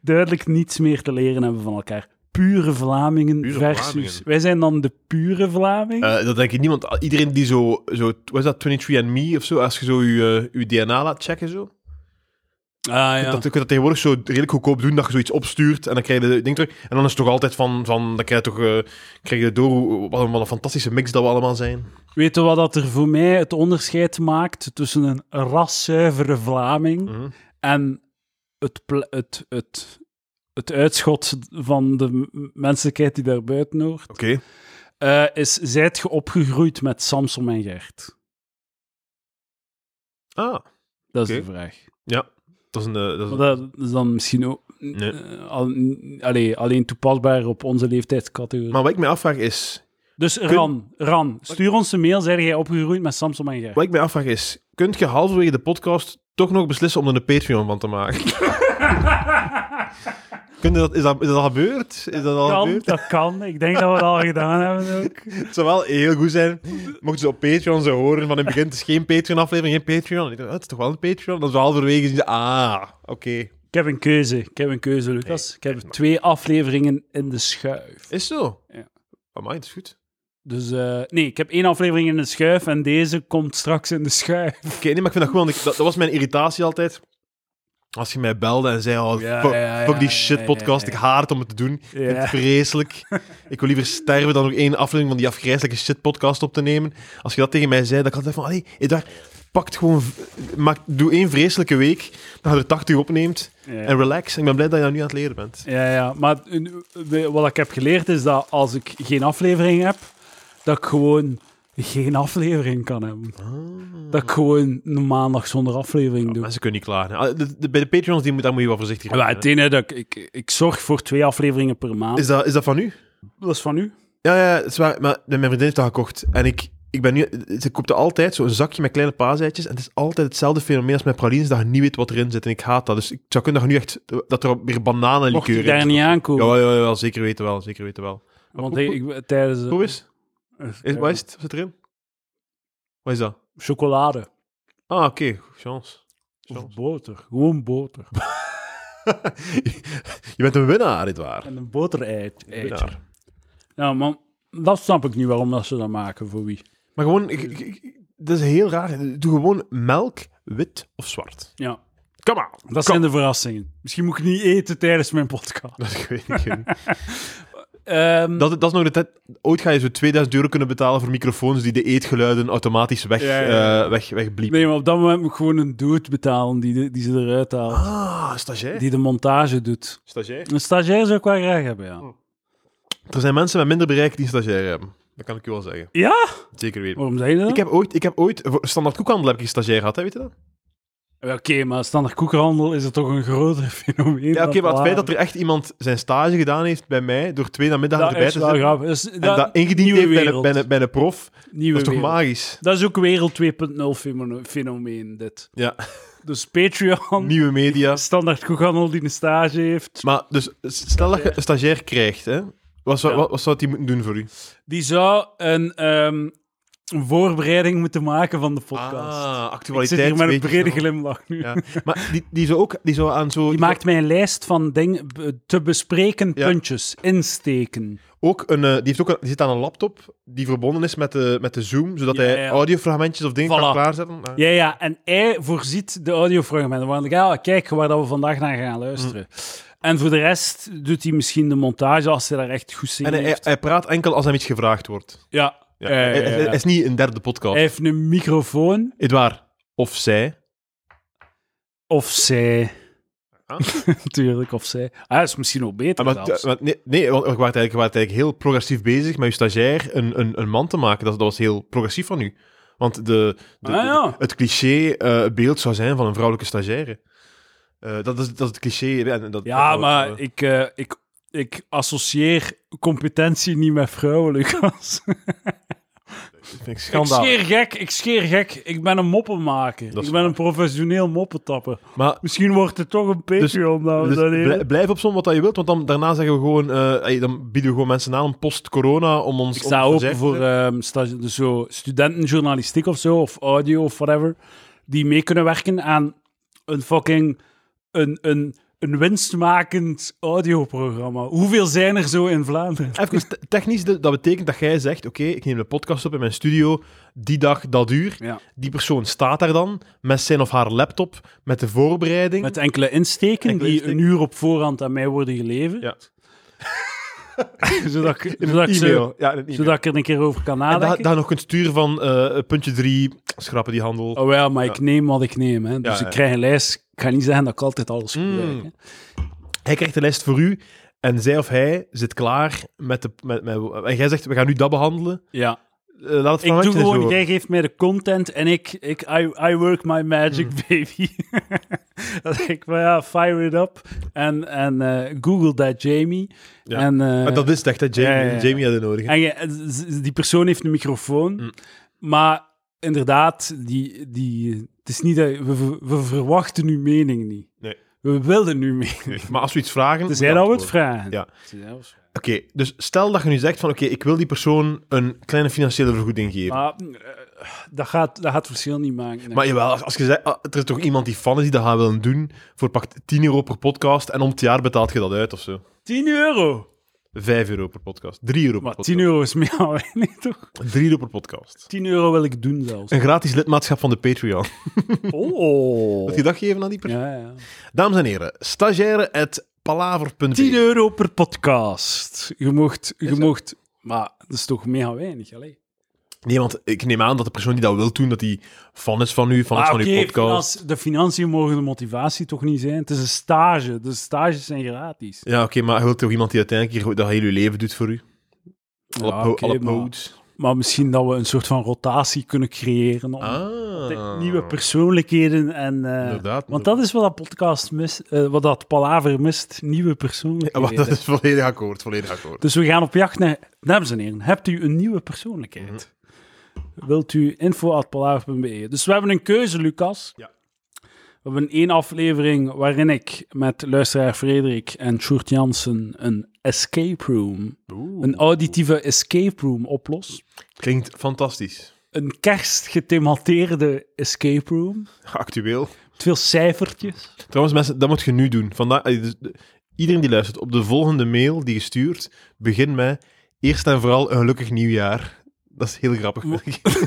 Speaker 1: duidelijk niets meer te leren hebben van elkaar. Pure Vlamingen
Speaker 2: Pure
Speaker 1: versus...
Speaker 2: Vlamingen.
Speaker 1: Wij zijn dan de pure Vlamingen.
Speaker 2: Eh, dat denk ik niemand. Iedereen die zo, zo was dat 23andMe of zo, als je zo je, eh, je DNA laat checken zo.
Speaker 1: ah,
Speaker 2: Dat kun je dat tegenwoordig zo redelijk goedkoop doen, dat je zoiets opstuurt en dan krijg je de ding terug. En dan is het toch altijd van, van dan krijg je toch eh, krijg je door hoe- wat een, wat een fantastische mix dat we allemaal zijn.
Speaker 1: Weet je wat dat er voor mij het onderscheid maakt tussen een raszuivere Vlaming
Speaker 2: Mhm.
Speaker 1: en het, pla- het, het, het uitschot van de m- menselijkheid die daar buiten hoort?
Speaker 2: Oké.
Speaker 1: Eh, is, zijt je opgegroeid met Samson en Gert?
Speaker 2: Ah,
Speaker 1: Dat is
Speaker 2: Oké.
Speaker 1: de vraag.
Speaker 2: ja. Dat is een... eh, Dat is
Speaker 1: Maar
Speaker 2: een-
Speaker 1: dat is dan misschien ook...
Speaker 2: Nee.
Speaker 1: eh, al- n- allee, alleen toepasbaar op onze leeftijdscategorie.
Speaker 2: Maar wat ik me afvraag is,
Speaker 1: dus Ran, Ran, stuur ons een mail. Zijn jij opgegroeid met Samson en Gert?
Speaker 2: Wat ik mij afvraag is, kunt je halverwege de podcast toch nog beslissen om er een Patreon van te maken? Kun je dat, is, dat, is dat al gebeurd? Is dat al
Speaker 3: kan,
Speaker 2: gebeurd?
Speaker 3: dat kan. Ik denk dat we dat al gedaan hebben ook.
Speaker 2: Het zou wel heel goed zijn mochten ze op Patreon zo horen van in het begin, het is geen Patreon-aflevering, geen Patreon. En ik dacht, "Ah, het is toch wel een Patreon? Dan zo halverwege zien ze, ah, oké.
Speaker 1: Ik heb een keuze, ik heb een keuze, Lucas. ik heb twee afleveringen in de schuif.
Speaker 2: Is zo?
Speaker 1: Ja.
Speaker 2: Amai, dat is goed.
Speaker 1: Dus eh, nee, ik heb één aflevering in de schuif en deze komt straks in de schuif.
Speaker 2: Oké, nee, maar ik vind dat goed, want ik- dat, dat was mijn irritatie altijd. Als je mij belde en zei, oh,
Speaker 1: Ja,
Speaker 2: fuck,
Speaker 1: ja, ja,
Speaker 2: fuck die
Speaker 1: ja,
Speaker 2: shit podcast,
Speaker 1: ja, ja.
Speaker 2: ik haat het om het te doen. Ik vind het vreselijk. Ik wil liever sterven dan nog één aflevering van die afgrijzelijke shit-podcast op te nemen. Als je dat tegen mij zei, dan had ik altijd van, allee, Edouard, pak het gewoon... v- Maak, doe één vreselijke week, dat je er 80 opneemt. En
Speaker 1: Ja.
Speaker 2: relax. Ik ben blij dat je dat nu aan het leren bent.
Speaker 1: Ja, ja, maar eh, we- wat ik heb geleerd is dat als ik geen aflevering heb, dat ik gewoon geen aflevering kan hebben.
Speaker 2: Ah.
Speaker 1: Dat ik gewoon een maandag zonder aflevering doe.
Speaker 2: Mensen kunnen niet klagen. Ah, de- de- bij de Patreons, die moet, daar moet je wel voorzichtig mee
Speaker 1: Ja,
Speaker 2: zijn.
Speaker 1: het
Speaker 2: hè.
Speaker 1: ene, dat ik, ik, ik zorg voor twee afleveringen per maand.
Speaker 2: Is dat, is dat van u?
Speaker 1: Dat is van u?
Speaker 2: Ja, ja, het is waar. Maar mijn vriendin heeft dat gekocht. En ik, ik ben nu... Ze koopt altijd zo'n zakje met kleine paaseitjes. En het is altijd hetzelfde fenomeen als met pralines, dat je niet weet wat erin zit. En ik haat dat. Dus ik zou kunnen dat je nu echt... Dat er weer
Speaker 1: Mocht
Speaker 2: bananenlikeur
Speaker 1: ik
Speaker 2: in zit.
Speaker 1: daar niet aankomen.
Speaker 2: Ja, ja, ja, zeker weten wel, zeker weten wel.
Speaker 1: want hey, ik, tijdens... Eh,
Speaker 2: Hoe is, is, wat is het? Wat zit erin? Wat is dat?
Speaker 1: Chocolade.
Speaker 2: Ah, oké, chance.
Speaker 1: Of boter. Gewoon boter.
Speaker 2: Je bent een winnaar, dit waar.
Speaker 1: En een botereit. eitje.
Speaker 2: Winnaar.
Speaker 1: Ja, man. Dat snap ik niet waarom dat ze dat maken, voor wie.
Speaker 2: Maar gewoon, ik, ik- ik- dat is heel raar. Doe gewoon melk, wit of zwart.
Speaker 1: Ja,
Speaker 2: Kom aan.
Speaker 1: dat zijn de verrassingen. Misschien moet ik niet eten tijdens mijn podcast.
Speaker 2: Dat, ik weet, ik weet niet.
Speaker 1: Ehm,
Speaker 2: dat, dat is nog de tijd. Ooit ga je zo 2000 euro kunnen betalen voor microfoons die de eetgeluiden automatisch weg,
Speaker 1: Ja, ja, ja.
Speaker 2: eh, weg, wegbliepen.
Speaker 1: Nee, maar op dat moment moet ik gewoon een dude betalen die, de- die ze eruit haalt.
Speaker 2: Ah, stagiair.
Speaker 1: Die de montage doet.
Speaker 2: Stagiair. Oh.
Speaker 1: Een stagiair zou ik wel graag hebben, ja.
Speaker 2: Er zijn mensen met minder bereik die een stagiair hebben. Dat kan ik je wel zeggen.
Speaker 1: Ja?
Speaker 2: Zeker weten.
Speaker 1: Waarom zei je dat?
Speaker 2: Ik heb ooit, ik heb ooit voor standaard koekhandel heb ik een stagiair gehad, hè, weet je dat?
Speaker 1: Ja, Oké, maar standaard koekhandel is het toch een groter fenomeen.
Speaker 2: Ja, oké,
Speaker 1: dan
Speaker 2: maar het feit dat
Speaker 1: palaver.
Speaker 2: er echt iemand zijn stage gedaan heeft bij mij, door twee namiddagen
Speaker 1: dat
Speaker 2: erbij
Speaker 1: is
Speaker 2: te
Speaker 1: wel
Speaker 2: zetten,
Speaker 1: grappig. Dus
Speaker 2: en dat, ingediend heeft
Speaker 1: nieuwe
Speaker 2: bij een,
Speaker 1: wereld.
Speaker 2: bij, een, bij een prof,
Speaker 1: Nieuwe
Speaker 2: dat is toch
Speaker 1: wereld.
Speaker 2: magisch?
Speaker 1: Dat is ook wereld 2.0 femo- fenomeen, dit.
Speaker 2: Ja,
Speaker 1: Dus Patreon,
Speaker 2: nieuwe media.
Speaker 1: standaard koekhandel die een stage heeft,
Speaker 2: Maar dus, stel dat je een stagiair krijgt, hè, wat, zou,
Speaker 1: Ja.
Speaker 2: wat, wat zou die moeten doen voor u?
Speaker 1: die zou een, ehm, een voorbereiding moeten maken van de podcast. ik zit
Speaker 2: Ah, actualiteit.
Speaker 1: hier met een
Speaker 2: weetjes,
Speaker 1: brede
Speaker 2: zo.
Speaker 1: glimlach nu.
Speaker 2: Ja. Maar die, die zou ook die zou aan zo...
Speaker 1: Die maakt mij een lijst van ding, b- te bespreken
Speaker 2: Ja.
Speaker 1: puntjes, insteken.
Speaker 2: Ook een, eh, die, heeft ook een- die zit aan een laptop die verbonden is met de, met de Zoom, zodat
Speaker 1: Ja,
Speaker 2: hij
Speaker 1: ja.
Speaker 2: audiofragmentjes of dingen kan
Speaker 1: Voilà.
Speaker 2: klaarzetten. Ah. Ja.
Speaker 1: Ja, ja, en hij voorziet de audiofragmenten. Want ik ga wel kijken waar dat we vandaag naar gaan luisteren.
Speaker 2: Mm.
Speaker 1: En voor de rest doet hij misschien de montage als hij daar echt goed zin
Speaker 2: En
Speaker 1: in
Speaker 2: hij,
Speaker 1: heeft.
Speaker 2: hij praat enkel als hem iets gevraagd wordt.
Speaker 1: ja,
Speaker 2: Ja.
Speaker 1: Ja, ja,
Speaker 2: Hij-
Speaker 1: ja,
Speaker 2: hij-
Speaker 1: ja.
Speaker 2: hij is niet een derde podcast.
Speaker 1: hij heeft een microfoon.
Speaker 2: Edouard, of zij.
Speaker 1: Of zij.
Speaker 2: Ah.
Speaker 1: Natuurlijk, of zij. Ah, dat is misschien ook beter
Speaker 2: Ah, maar,
Speaker 1: zelfs.
Speaker 2: maar nee, nee, want je waart eigenlijk, je waart eigenlijk heel progressief bezig met je stagiair een, een, een man te maken. Dat, dat was heel progressief van u. Want de, de- de-
Speaker 1: Ah, ja.
Speaker 2: het cliché eh, beeld zou zijn van een vrouwelijke stagiaire. Eh, dat, is, dat is het cliché. hè, en dat-
Speaker 1: ja,
Speaker 2: dat-
Speaker 1: maar
Speaker 2: eh,
Speaker 1: ik, eh, ik, ik associeer competentie niet met vrouwen, Lucas.
Speaker 2: vind ik
Speaker 1: ik
Speaker 2: schandalig.
Speaker 1: scheer gek, ik scheer gek. Ik ben een moppenmaker.
Speaker 2: Dat is
Speaker 1: Ik ben
Speaker 2: waar.
Speaker 1: een professioneel moppentapper.
Speaker 2: Maar
Speaker 1: Misschien wordt het toch een Patreon, dames
Speaker 2: dus
Speaker 1: en heren.
Speaker 2: blij- blijf op zo'n wat dat je wilt, want dan, daarna zeggen we gewoon, eh, hey, dan bieden we gewoon mensen aan om post-corona om ons...
Speaker 1: Ik
Speaker 2: om
Speaker 1: sta
Speaker 2: ons
Speaker 1: open
Speaker 2: stagiair te
Speaker 1: voor
Speaker 2: zetten.
Speaker 1: ehm, stage- dus zo studentenjournalistiek of zo, of audio of whatever, die mee kunnen werken aan een fucking een, een, een winstmakend audioprogramma. Hoeveel zijn er zo in Vlaanderen?
Speaker 2: Even te- technisch, de- dat betekent dat jij zegt, oké, ik neem de podcast op in mijn studio, die dag, dat uur.
Speaker 1: Ja.
Speaker 2: Die persoon staat daar dan, met zijn of haar laptop, met de voorbereiding.
Speaker 1: Met enkele insteken
Speaker 2: Enkele
Speaker 1: die een
Speaker 2: insteken.
Speaker 1: uur op voorhand aan mij worden geleverd.
Speaker 2: Ja.
Speaker 1: zodat, ik,
Speaker 2: in
Speaker 1: zodat, ik
Speaker 2: een
Speaker 1: ze-
Speaker 2: e-mail. Ja, in een e-mail.
Speaker 1: zodat ik er een keer over kan
Speaker 2: En daar
Speaker 1: nadenken.
Speaker 2: daar nog kunt sturen van eh, puntje drie, schrappen die handel.
Speaker 1: Oh ja, maar ik
Speaker 2: Ja.
Speaker 1: neem wat ik neem. Hè. Dus
Speaker 2: Ja, ja.
Speaker 1: ik krijg een lijst. Ik ga niet zeggen dat ik altijd alles goed
Speaker 2: Mm.
Speaker 1: werk, hè.
Speaker 2: Hij krijgt de lijst voor u en zij of hij zit klaar met de... Met, met, en jij zegt, we gaan nu dat behandelen.
Speaker 1: Ja.
Speaker 2: Eh, laat het
Speaker 1: Ik doe
Speaker 2: fragmentje
Speaker 1: gewoon,
Speaker 2: zo.
Speaker 1: jij geeft mij de content en ik, ik I, I work my
Speaker 2: Hmm.
Speaker 1: magic, baby. Dan denk ik, van ja, fire it up. En, en eh, Google that, Jamie.
Speaker 2: Ja.
Speaker 1: En, eh,
Speaker 2: Maar Ah, dat is het echt, hè, Jamie,
Speaker 1: Ja, ja, ja.
Speaker 2: Jamie had het nodig. hè.
Speaker 1: en je- z- die persoon heeft een microfoon.
Speaker 2: Mm.
Speaker 1: Maar inderdaad, die, die, het is niet dat, we, ver- we verwachten uw mening niet.
Speaker 2: Nee.
Speaker 1: We wilden uw mening.
Speaker 2: Maar als we iets vragen...
Speaker 1: Tenzij
Speaker 2: dan
Speaker 1: dat we het
Speaker 2: antwoorden.
Speaker 1: vragen.
Speaker 2: Ja.
Speaker 1: Tenzij dat we het vragen.
Speaker 2: Oké, dus stel dat je nu zegt van oké, ik wil die persoon een kleine financiële vergoeding geven. Maar,
Speaker 1: Maar eh, dat, gaat, dat gaat verschil niet maken. nee.
Speaker 2: jawel, als, als je zegt, ah, er is toch iemand die fan is die dat gaat willen doen voor pak 10 euro per podcast en om het jaar betaalt je dat uit of zo.
Speaker 1: 10 euro.
Speaker 2: 5 euro per podcast, 3 euro per
Speaker 1: Maar
Speaker 2: podcast.
Speaker 1: 10 euro is meer dan weinig, toch?
Speaker 2: 3 euro per podcast.
Speaker 1: 10 euro wil ik doen zelfs.
Speaker 2: Een gratis lidmaatschap van de Patreon.
Speaker 1: Oh.
Speaker 2: Wil je dat geven aan die persoon?
Speaker 1: Ja, ja.
Speaker 2: Dames en heren, stagiaire at palaver.be.
Speaker 1: 10 euro per podcast. Je mocht, je mocht maar dat is toch mega weinig. Allee.
Speaker 2: Nee, want ik neem aan dat de persoon die dat wil doen, dat die fan is van u, fan is
Speaker 1: Maar
Speaker 2: van uw
Speaker 1: Ah, oké,
Speaker 2: podcast.
Speaker 1: finans- de financiën mogen de motivatie toch niet zijn? Het is een stage, dus stages zijn gratis.
Speaker 2: Ja, oké, maar je wilt toch iemand die uiteindelijk hier, dat heel uw leven doet voor u? Alle,
Speaker 1: Ja,
Speaker 2: po-
Speaker 1: oké,
Speaker 2: alle
Speaker 1: maar-
Speaker 2: modes.
Speaker 1: Maar misschien dat we een soort van rotatie kunnen creëren om
Speaker 2: Ah.
Speaker 1: te- nieuwe persoonlijkheden en... eh,
Speaker 2: Inderdaad.
Speaker 1: want dat is wat dat podcast mist, eh, wat dat palaver mist, nieuwe
Speaker 2: Ja, maar
Speaker 1: persoonlijkheden.
Speaker 2: Ah, dat is volledig akkoord, volledig akkoord.
Speaker 1: Dus we gaan op jacht naar... Dames en heren, hebt u een nieuwe persoonlijkheid?
Speaker 2: Mhm.
Speaker 1: Wilt u info.palaver.be? Dus we hebben een keuze, Lucas.
Speaker 2: Ja.
Speaker 1: We hebben één aflevering waarin ik met luisteraar Frederik en Sjoerd Jansen een escape room, een auditieve escape room oplos.
Speaker 2: Klinkt fantastisch.
Speaker 1: Een kerstgethemateerde escape room.
Speaker 2: Actueel.
Speaker 1: Met veel cijfertjes.
Speaker 2: Trouwens, mensen, dat moet je nu doen. Vandaag, eh, dus de- iedereen die luistert, op de volgende mail die je stuurt, begin met eerst en vooral een gelukkig nieuwjaar. Dat is heel grappig.
Speaker 1: Mo-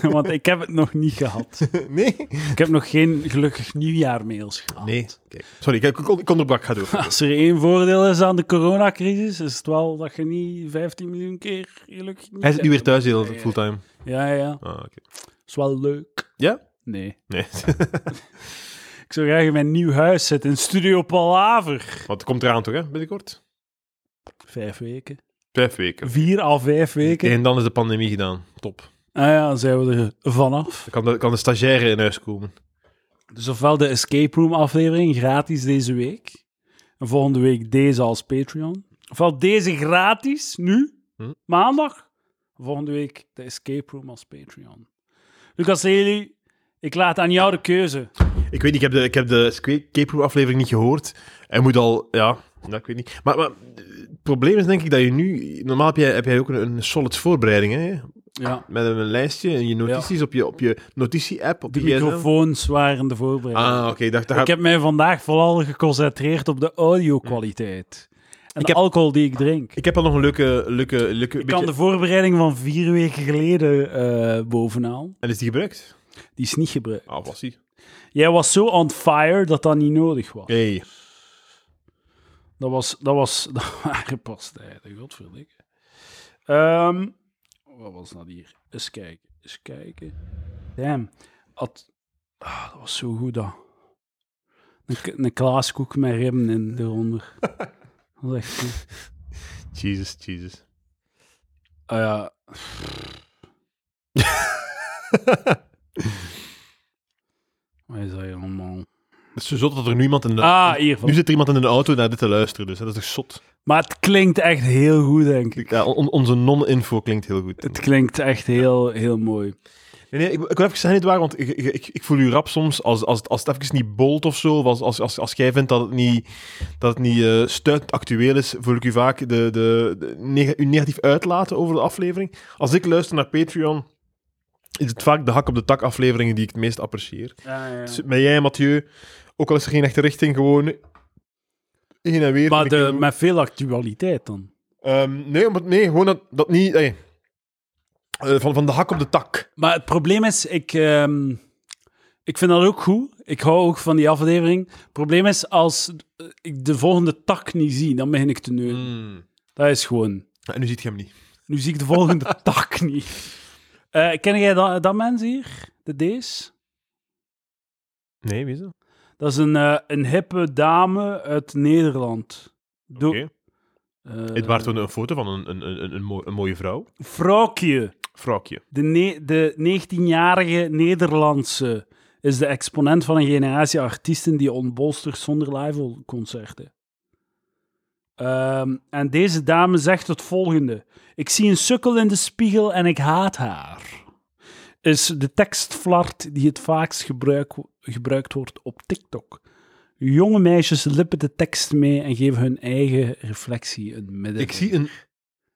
Speaker 1: Want ik heb het nog niet gehad.
Speaker 2: nee?
Speaker 1: Ik heb nog geen gelukkig nieuwjaarmails gehad.
Speaker 2: Nee. Kijk. Sorry, ik, ik, ik onderbrak. Ga door.
Speaker 1: Als er één voordeel is aan de coronacrisis, is het wel dat je niet 15 miljoen keer gelukkig niet
Speaker 2: Hij zit nu weer thuis heel
Speaker 1: Ja, ja.
Speaker 2: fulltime.
Speaker 1: Ja, ja, ja.
Speaker 2: Ah, oké.
Speaker 1: Is wel leuk.
Speaker 2: Ja?
Speaker 1: Nee.
Speaker 2: Nee.
Speaker 1: Ik zou graag in mijn nieuw huis zitten, in Studio Palaver.
Speaker 2: Want het komt eraan toch, hè, binnenkort?
Speaker 1: Vijf weken.
Speaker 2: Vijf weken.
Speaker 1: Vier à vijf weken.
Speaker 2: En dan is de pandemie gedaan. Top.
Speaker 1: Ah ja, dan zijn we er vanaf.
Speaker 2: Dan kan de, kan de stagiaire in huis komen.
Speaker 1: Dus ofwel de Escape Room aflevering, gratis deze week. En volgende week deze als Patreon. Ofwel deze gratis, nu,
Speaker 2: Hm.
Speaker 1: maandag. Volgende week de Escape Room als Patreon. Lucas Hely, ik laat aan jou de keuze.
Speaker 2: Ik weet niet, ik heb de, ik heb de Escape Room aflevering niet gehoord. Hij moet al, ja, ja, ik weet niet. Maar, maar het probleem is denk ik dat je nu... Normaal heb jij, heb jij ook een, een solid voorbereiding, hè?
Speaker 1: Ja,
Speaker 2: Met een lijstje en je notities op je, op je notitie-app. Op
Speaker 1: de
Speaker 2: je gsm.
Speaker 1: microfoons waren de voorbereiding.
Speaker 2: Ah, oké. ik dacht, dat
Speaker 1: Ik
Speaker 2: gaat-
Speaker 1: heb mij vandaag vooral geconcentreerd op de audio-kwaliteit. En
Speaker 2: Hm. Ik
Speaker 1: de
Speaker 2: heb-
Speaker 1: alcohol die ik drink.
Speaker 2: ik heb al nog een leuke... leuke, leuke
Speaker 1: Ik kan de voorbereiding van vier weken geleden eh bovenaan.
Speaker 2: En is die gebruikt?
Speaker 1: Die is niet gebruikt.
Speaker 2: Ah, was die.
Speaker 1: Jij was zo on fire dat dat niet nodig was.
Speaker 2: Hey.
Speaker 1: Dat was, dat was, dat waren pas tijden, godverdikke. Ehm, wat was dat hier? Eens kijken, eens kijken. Damn. Had- ah, dat was zo goed, dat. Een, k- een klaaskoek met ribben in eronder. Dat was echt goed.
Speaker 2: Jesus, Jesus.
Speaker 1: Ah ja. Wat is dat hier allemaal?
Speaker 2: Het is zo zot dat er nu iemand in de...
Speaker 1: Ah, hier.
Speaker 2: nu zit er iemand in de auto naar dit te luisteren, dus hè, dat is toch zot?
Speaker 1: Maar het klinkt echt heel goed, denk ik.
Speaker 2: Ja, on- onze non-info klinkt heel goed.
Speaker 1: Het klinkt echt heel, heel mooi.
Speaker 2: Nee, nee, ik, ik wil even zeggen, niet waar, want ik, ik, ik, ik voel u rap soms als, als, het- als het even niet bolt of zo, of als, als, als, als jij vindt dat het niet, dat het niet eh, stuitend actueel is, voel ik u vaak de, de, de neg- u negatief uitlaten over de aflevering. Als ik luister naar Patreon, is het vaak de hak op de tak afleveringen die ik het meest apprecieer. Dus met jij, Mathieu, ook al is er geen echte richting, gewoon heen en weer.
Speaker 1: Maar
Speaker 2: Een keer
Speaker 1: de,
Speaker 2: doen.
Speaker 1: met veel actualiteit dan.
Speaker 2: Ehm, nee, omdat, nee, gewoon dat, dat niet... eh, eh, van, van de hak op de tak.
Speaker 1: Maar het probleem is, ik, ehm, ik vind dat ook goed. Ik hou ook van die aflevering. Het probleem is, als eh, ik de volgende tak niet zie, dan begin ik te neuren.
Speaker 2: Hmm.
Speaker 1: Dat is gewoon...
Speaker 2: En nu ziet je hem niet.
Speaker 1: Nu zie ik de volgende tak niet. Eh, ken jij dat, dat mens hier? De D's?
Speaker 2: Nee, wie is dat?
Speaker 1: Dat is een, eh, een hippe dame uit Nederland. Do
Speaker 2: Oké.
Speaker 1: eh,
Speaker 2: Edouard toonde een foto van een, een, een, een, mo- een mooie vrouw.
Speaker 1: Vrouwkje.
Speaker 2: Vrouwtje.
Speaker 1: De, ne- de 19-jarige Nederlandse is de exponent van een generatie artiesten die ontbolstert zonder live-concerten. Ehm, en deze dame zegt het volgende. Ik zie een sukkel in de spiegel en ik haat haar. Is de tekstflart die het vaakst gebruik- gebruikt wordt op TikTok. Jonge meisjes lippen de tekst mee en geven hun eigen reflectie een midden.
Speaker 2: Ik zie een...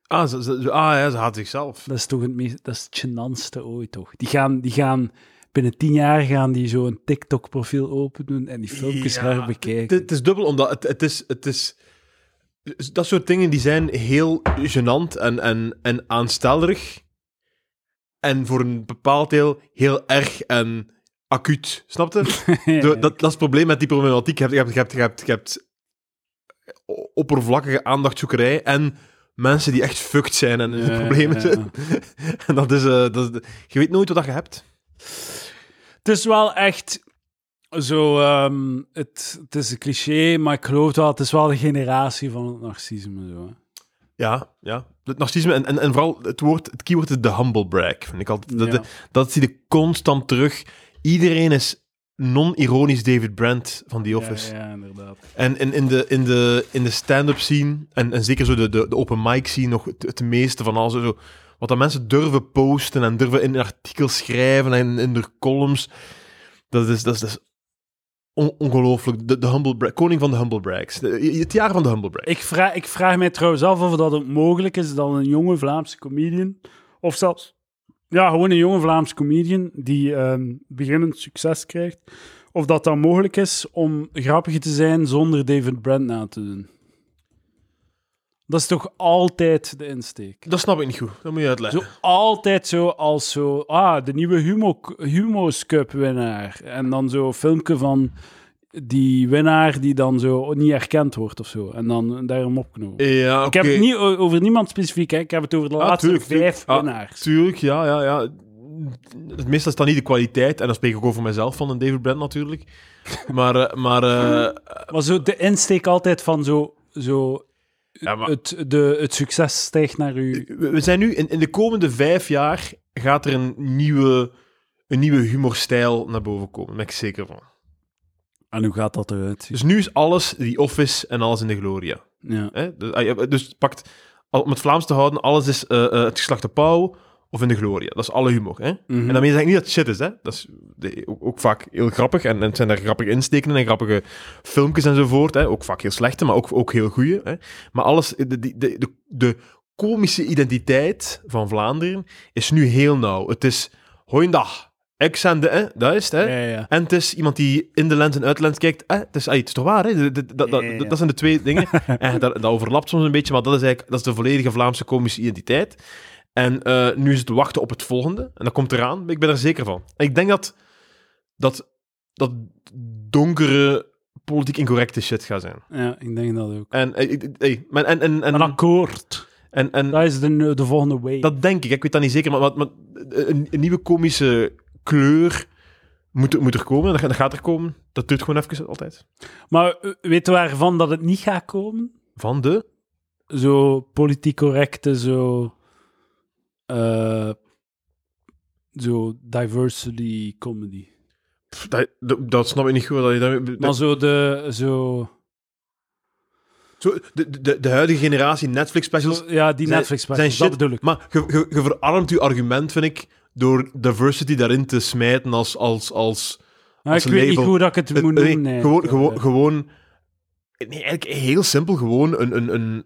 Speaker 2: Ah, ze, ze- ze- ah ja, ze haat zichzelf.
Speaker 1: Dat is toch het meest, dat is het gênantste ooit, toch? Die gaan, die gaan binnen tien jaar gaan die zo een TikTok-profiel open doen en die filmpjes
Speaker 2: Ja,
Speaker 1: gaan
Speaker 2: Het,
Speaker 1: bekijken.
Speaker 2: het is dubbel, omdat het, het, is, het is... Dat soort dingen die zijn heel gênant en, en, en aanstellerig. En voor een bepaald deel heel erg en acuut. Snap je? De- dat, dat is het probleem met die problematiek. Je hebt, je hebt, je hebt, je hebt, je hebt oppervlakkige aandachtzoekerij en mensen die echt fucked zijn en in de
Speaker 1: Ja, ja, ja.
Speaker 2: problemen zitten. En dat is, eh, dat is- je weet nooit wat dat je hebt.
Speaker 1: Het is wel echt zo. ehm, het, het is een cliché, maar ik geloof het wel. Het is wel de generatie van het narcisme. Zo, hè.
Speaker 2: Ja, ja. Het narcisme en, en, en vooral het woord, het keyword is de humble brag. Vind ik altijd. Dat,
Speaker 1: Ja.
Speaker 2: dat zie je constant terug. Iedereen is non-ironisch David Brandt van The Office.
Speaker 1: Ja, ja, inderdaad.
Speaker 2: En in, in de, in de, in de stand-up scene, en, en zeker zo de, de, de open mic scene, nog het, het meeste van alles. Zo, wat dat mensen durven posten en durven in artikels schrijven en in de columns. Dat is, dat is, dat is on- ongelooflijk. De, de humble brag- koning van de humble brags. De- het jaar van de humble brag.
Speaker 1: Ik vraag, ik vraag mij trouwens af of dat het mogelijk is dat een jonge Vlaamse comedian, of zelfs ja, gewoon een jonge Vlaamse comedian die ehm, beginnend succes krijgt, of dat dat mogelijk is om grappig te zijn zonder David Brent na te doen. Dat is toch altijd de insteek?
Speaker 2: Dat snap ik niet goed. Dat moet je uitleggen.
Speaker 1: Zo altijd zo als zo, ah, de nieuwe Humo, Humo's Cup winnaar. En dan zo een filmpje van die winnaar die dan zo niet herkend wordt of zo. En dan daarom opgenomen.
Speaker 2: Ja,
Speaker 1: Ik heb het niet o- over niemand specifiek, hè. ik heb het over de
Speaker 2: Ah,
Speaker 1: laatste
Speaker 2: tuurlijk, tuurlijk.
Speaker 1: vijf
Speaker 2: Ah,
Speaker 1: winnaars.
Speaker 2: Tuurlijk, ja, ja, ja. Het meeste is dan niet de kwaliteit, en dan spreek ik over mezelf van een David Brent natuurlijk. Maar, eh, maar eh,
Speaker 1: Maar zo de insteek altijd van zo, zo
Speaker 2: Ja, maar-
Speaker 1: het, de, het succes stijgt naar u.
Speaker 2: We we zijn nu, in, in de komende vijf jaar gaat er een nieuwe, een nieuwe humorstijl naar boven komen. Daar ben ik zeker van.
Speaker 1: En hoe gaat dat eruit?
Speaker 2: Dus nu is alles The Office en alles in de Gloria.
Speaker 1: Ja.
Speaker 2: Hè? Dus, ah, ja, dus pakt, al- om het Vlaams te houden, alles is eh, eh, het geslacht de pauw of in de gloria. Dat is alle humor. Hè?
Speaker 1: Mhm.
Speaker 2: En daarmee zeg ik niet dat het shit is. Hè? Dat is de- ook, ook vaak heel grappig. En, en het zijn daar grappige insteken en grappige filmpjes enzovoort. Hè? Ook vaak heel slechte, maar ook, ook heel goede. Hè? Maar alles, de, de, de, de, de komische identiteit van Vlaanderen is nu heel nauw. Het is hoiendag. Ik zende, hè? dat is het. Hè?
Speaker 1: Ja, ja, ja.
Speaker 2: En het is iemand die in de lens en uit de lens kijkt. Eh, het, is, ah, het is toch waar, hè? Dat, dat, dat,
Speaker 1: Ja, ja, ja.
Speaker 2: dat- dat zijn de twee dingen. en dat, dat overlapt soms een beetje, maar dat is eigenlijk dat is de volledige Vlaamse komische identiteit. En eh, nu is het wachten op het volgende. En dat komt eraan. Ik ben er zeker van. En ik denk dat dat, dat donkere, politiek incorrecte shit gaat zijn.
Speaker 1: Ja, ik denk dat ook.
Speaker 2: En, eh, ik- ik- hey, maar- en, en, en,
Speaker 1: Een akkoord.
Speaker 2: en, en,
Speaker 1: Dat is de, de volgende way.
Speaker 2: dat denk ik. Ik weet dat niet zeker, maar, maar, maar een, een nieuwe komische kleur moet, er- moet er komen. Dat gaat- Dat gaat er komen. Dat duurt gewoon even altijd.
Speaker 1: Maar eh, weet je waarvan dat het niet gaat komen?
Speaker 2: Van de...
Speaker 1: Zo politiek correcte, zo... eh, zo diversity comedy.
Speaker 2: Dat, dat, dat snap ik niet goed. Dat je daarmee- dat-
Speaker 1: Maar zo de... Zo,
Speaker 2: zo, de, de, de huidige generatie Netflix specials
Speaker 1: zo- ja, die
Speaker 2: zijn-
Speaker 1: Netflix
Speaker 2: zijn
Speaker 1: specials, dat
Speaker 2: shit.
Speaker 1: bedoel ik.
Speaker 2: Maar je je- je verarmt je argument, vind ik, door diversity daarin te smijten als... als, als
Speaker 1: Maar
Speaker 2: als
Speaker 1: Ah, ik weet niet
Speaker 2: label. Eh,
Speaker 1: hoe dat ik het moet
Speaker 2: Nee,
Speaker 1: noemen. nee. Eh,
Speaker 2: gewoon, gewoon, gewoon... Nee, eigenlijk heel simpel. Gewoon een, een, een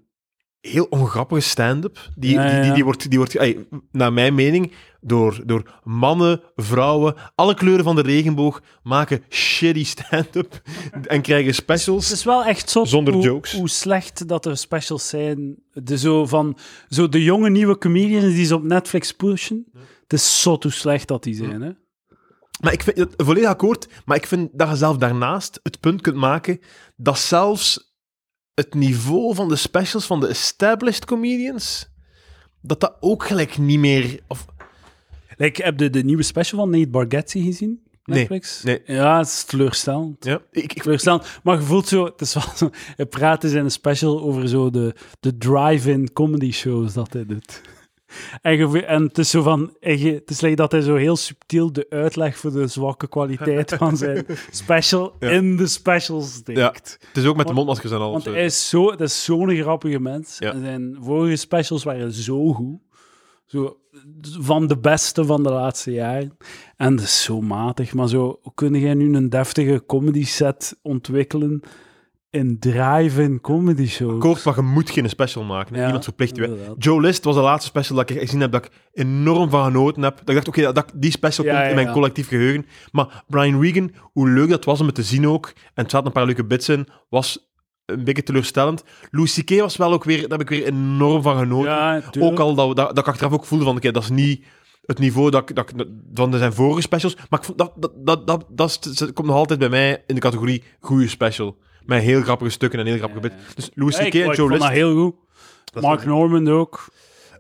Speaker 2: heel ongrappige stand-up. Die,
Speaker 1: Ja,
Speaker 2: die,
Speaker 1: ja.
Speaker 2: die, die wordt, die wordt ey, naar mijn mening, door, door mannen, vrouwen, alle kleuren van de regenboog, maken shitty stand-up en krijgen specials.
Speaker 1: Het is wel echt zot
Speaker 2: Zonder
Speaker 1: hoe,
Speaker 2: jokes.
Speaker 1: hoe slecht dat er specials zijn. De, zo van, zo de jonge nieuwe comedians die ze op Netflix pushen. Het is zot hoe slecht dat die zijn. Hè?
Speaker 2: Maar ik vind het volledig akkoord, maar ik vind dat je zelf daarnaast het punt kunt maken dat zelfs het niveau van de specials van de established comedians, dat dat ook gelijk niet meer... Of,
Speaker 1: Like, heb je de nieuwe special van Nate Bargatze gezien?
Speaker 2: Nee,
Speaker 1: Netflix?
Speaker 2: nee.
Speaker 1: Ja, het is teleurstellend.
Speaker 2: ja, ik, ik,
Speaker 1: Teleurstellend. Maar je voelt zo, het is wel zo, hij praat in zijn special over zo de, de drive-in comedy shows dat hij doet. En, je voelt- en het is zo van, en je- het is like dat hij zo heel subtiel de uitleg voor de zwakke kwaliteit van zijn special
Speaker 2: Ja.
Speaker 1: in de special steekt.
Speaker 2: Ja, het is ook met de mondmaskers en alles.
Speaker 1: Want hij is zo, dat is zo'n grappige mens.
Speaker 2: Ja.
Speaker 1: En zijn vorige specials waren zo goed. Zo, van de beste van de laatste jaren. En dat is zo matig. Maar zo, hoe kun jij nu een deftige comedy set ontwikkelen in drive-in comedy show?
Speaker 2: Akkoord, maar je moet geen special maken. hè.
Speaker 1: Ja,
Speaker 2: Niemand verplicht je.
Speaker 1: inderdaad.
Speaker 2: Joe List was de laatste special dat ik gezien heb dat ik enorm van genoten heb. Dat ik dacht, oké, dat- dat- die special
Speaker 1: Ja,
Speaker 2: komt
Speaker 1: ja,
Speaker 2: in mijn
Speaker 1: ja.
Speaker 2: collectief geheugen. Maar Brian Regan, hoe leuk dat was om het te zien ook, en het zaten een paar leuke bits in, was een beetje teleurstellend. Louis C.K. was wel ook weer, daar heb ik weer enorm van genoten.
Speaker 1: Ja, tuurlijk.
Speaker 2: ook al dat, we- dat, dat ik achteraf ook voelde van, oké, dat is niet het niveau dat, ik- dat, ik- van zijn vorige specials. Maar ik vond, dat, dat, dat, dat, dat, is- dat komt nog altijd bij mij in de categorie goede special. Met heel grappige stukken en heel grappige
Speaker 1: Ja,
Speaker 2: bits. Dus Louis
Speaker 1: Ja,
Speaker 2: C.K.
Speaker 1: ik,
Speaker 2: en
Speaker 1: ik
Speaker 2: Joe
Speaker 1: vond
Speaker 2: List...
Speaker 1: dat heel goed.
Speaker 2: dat is
Speaker 1: Mark Norman ook.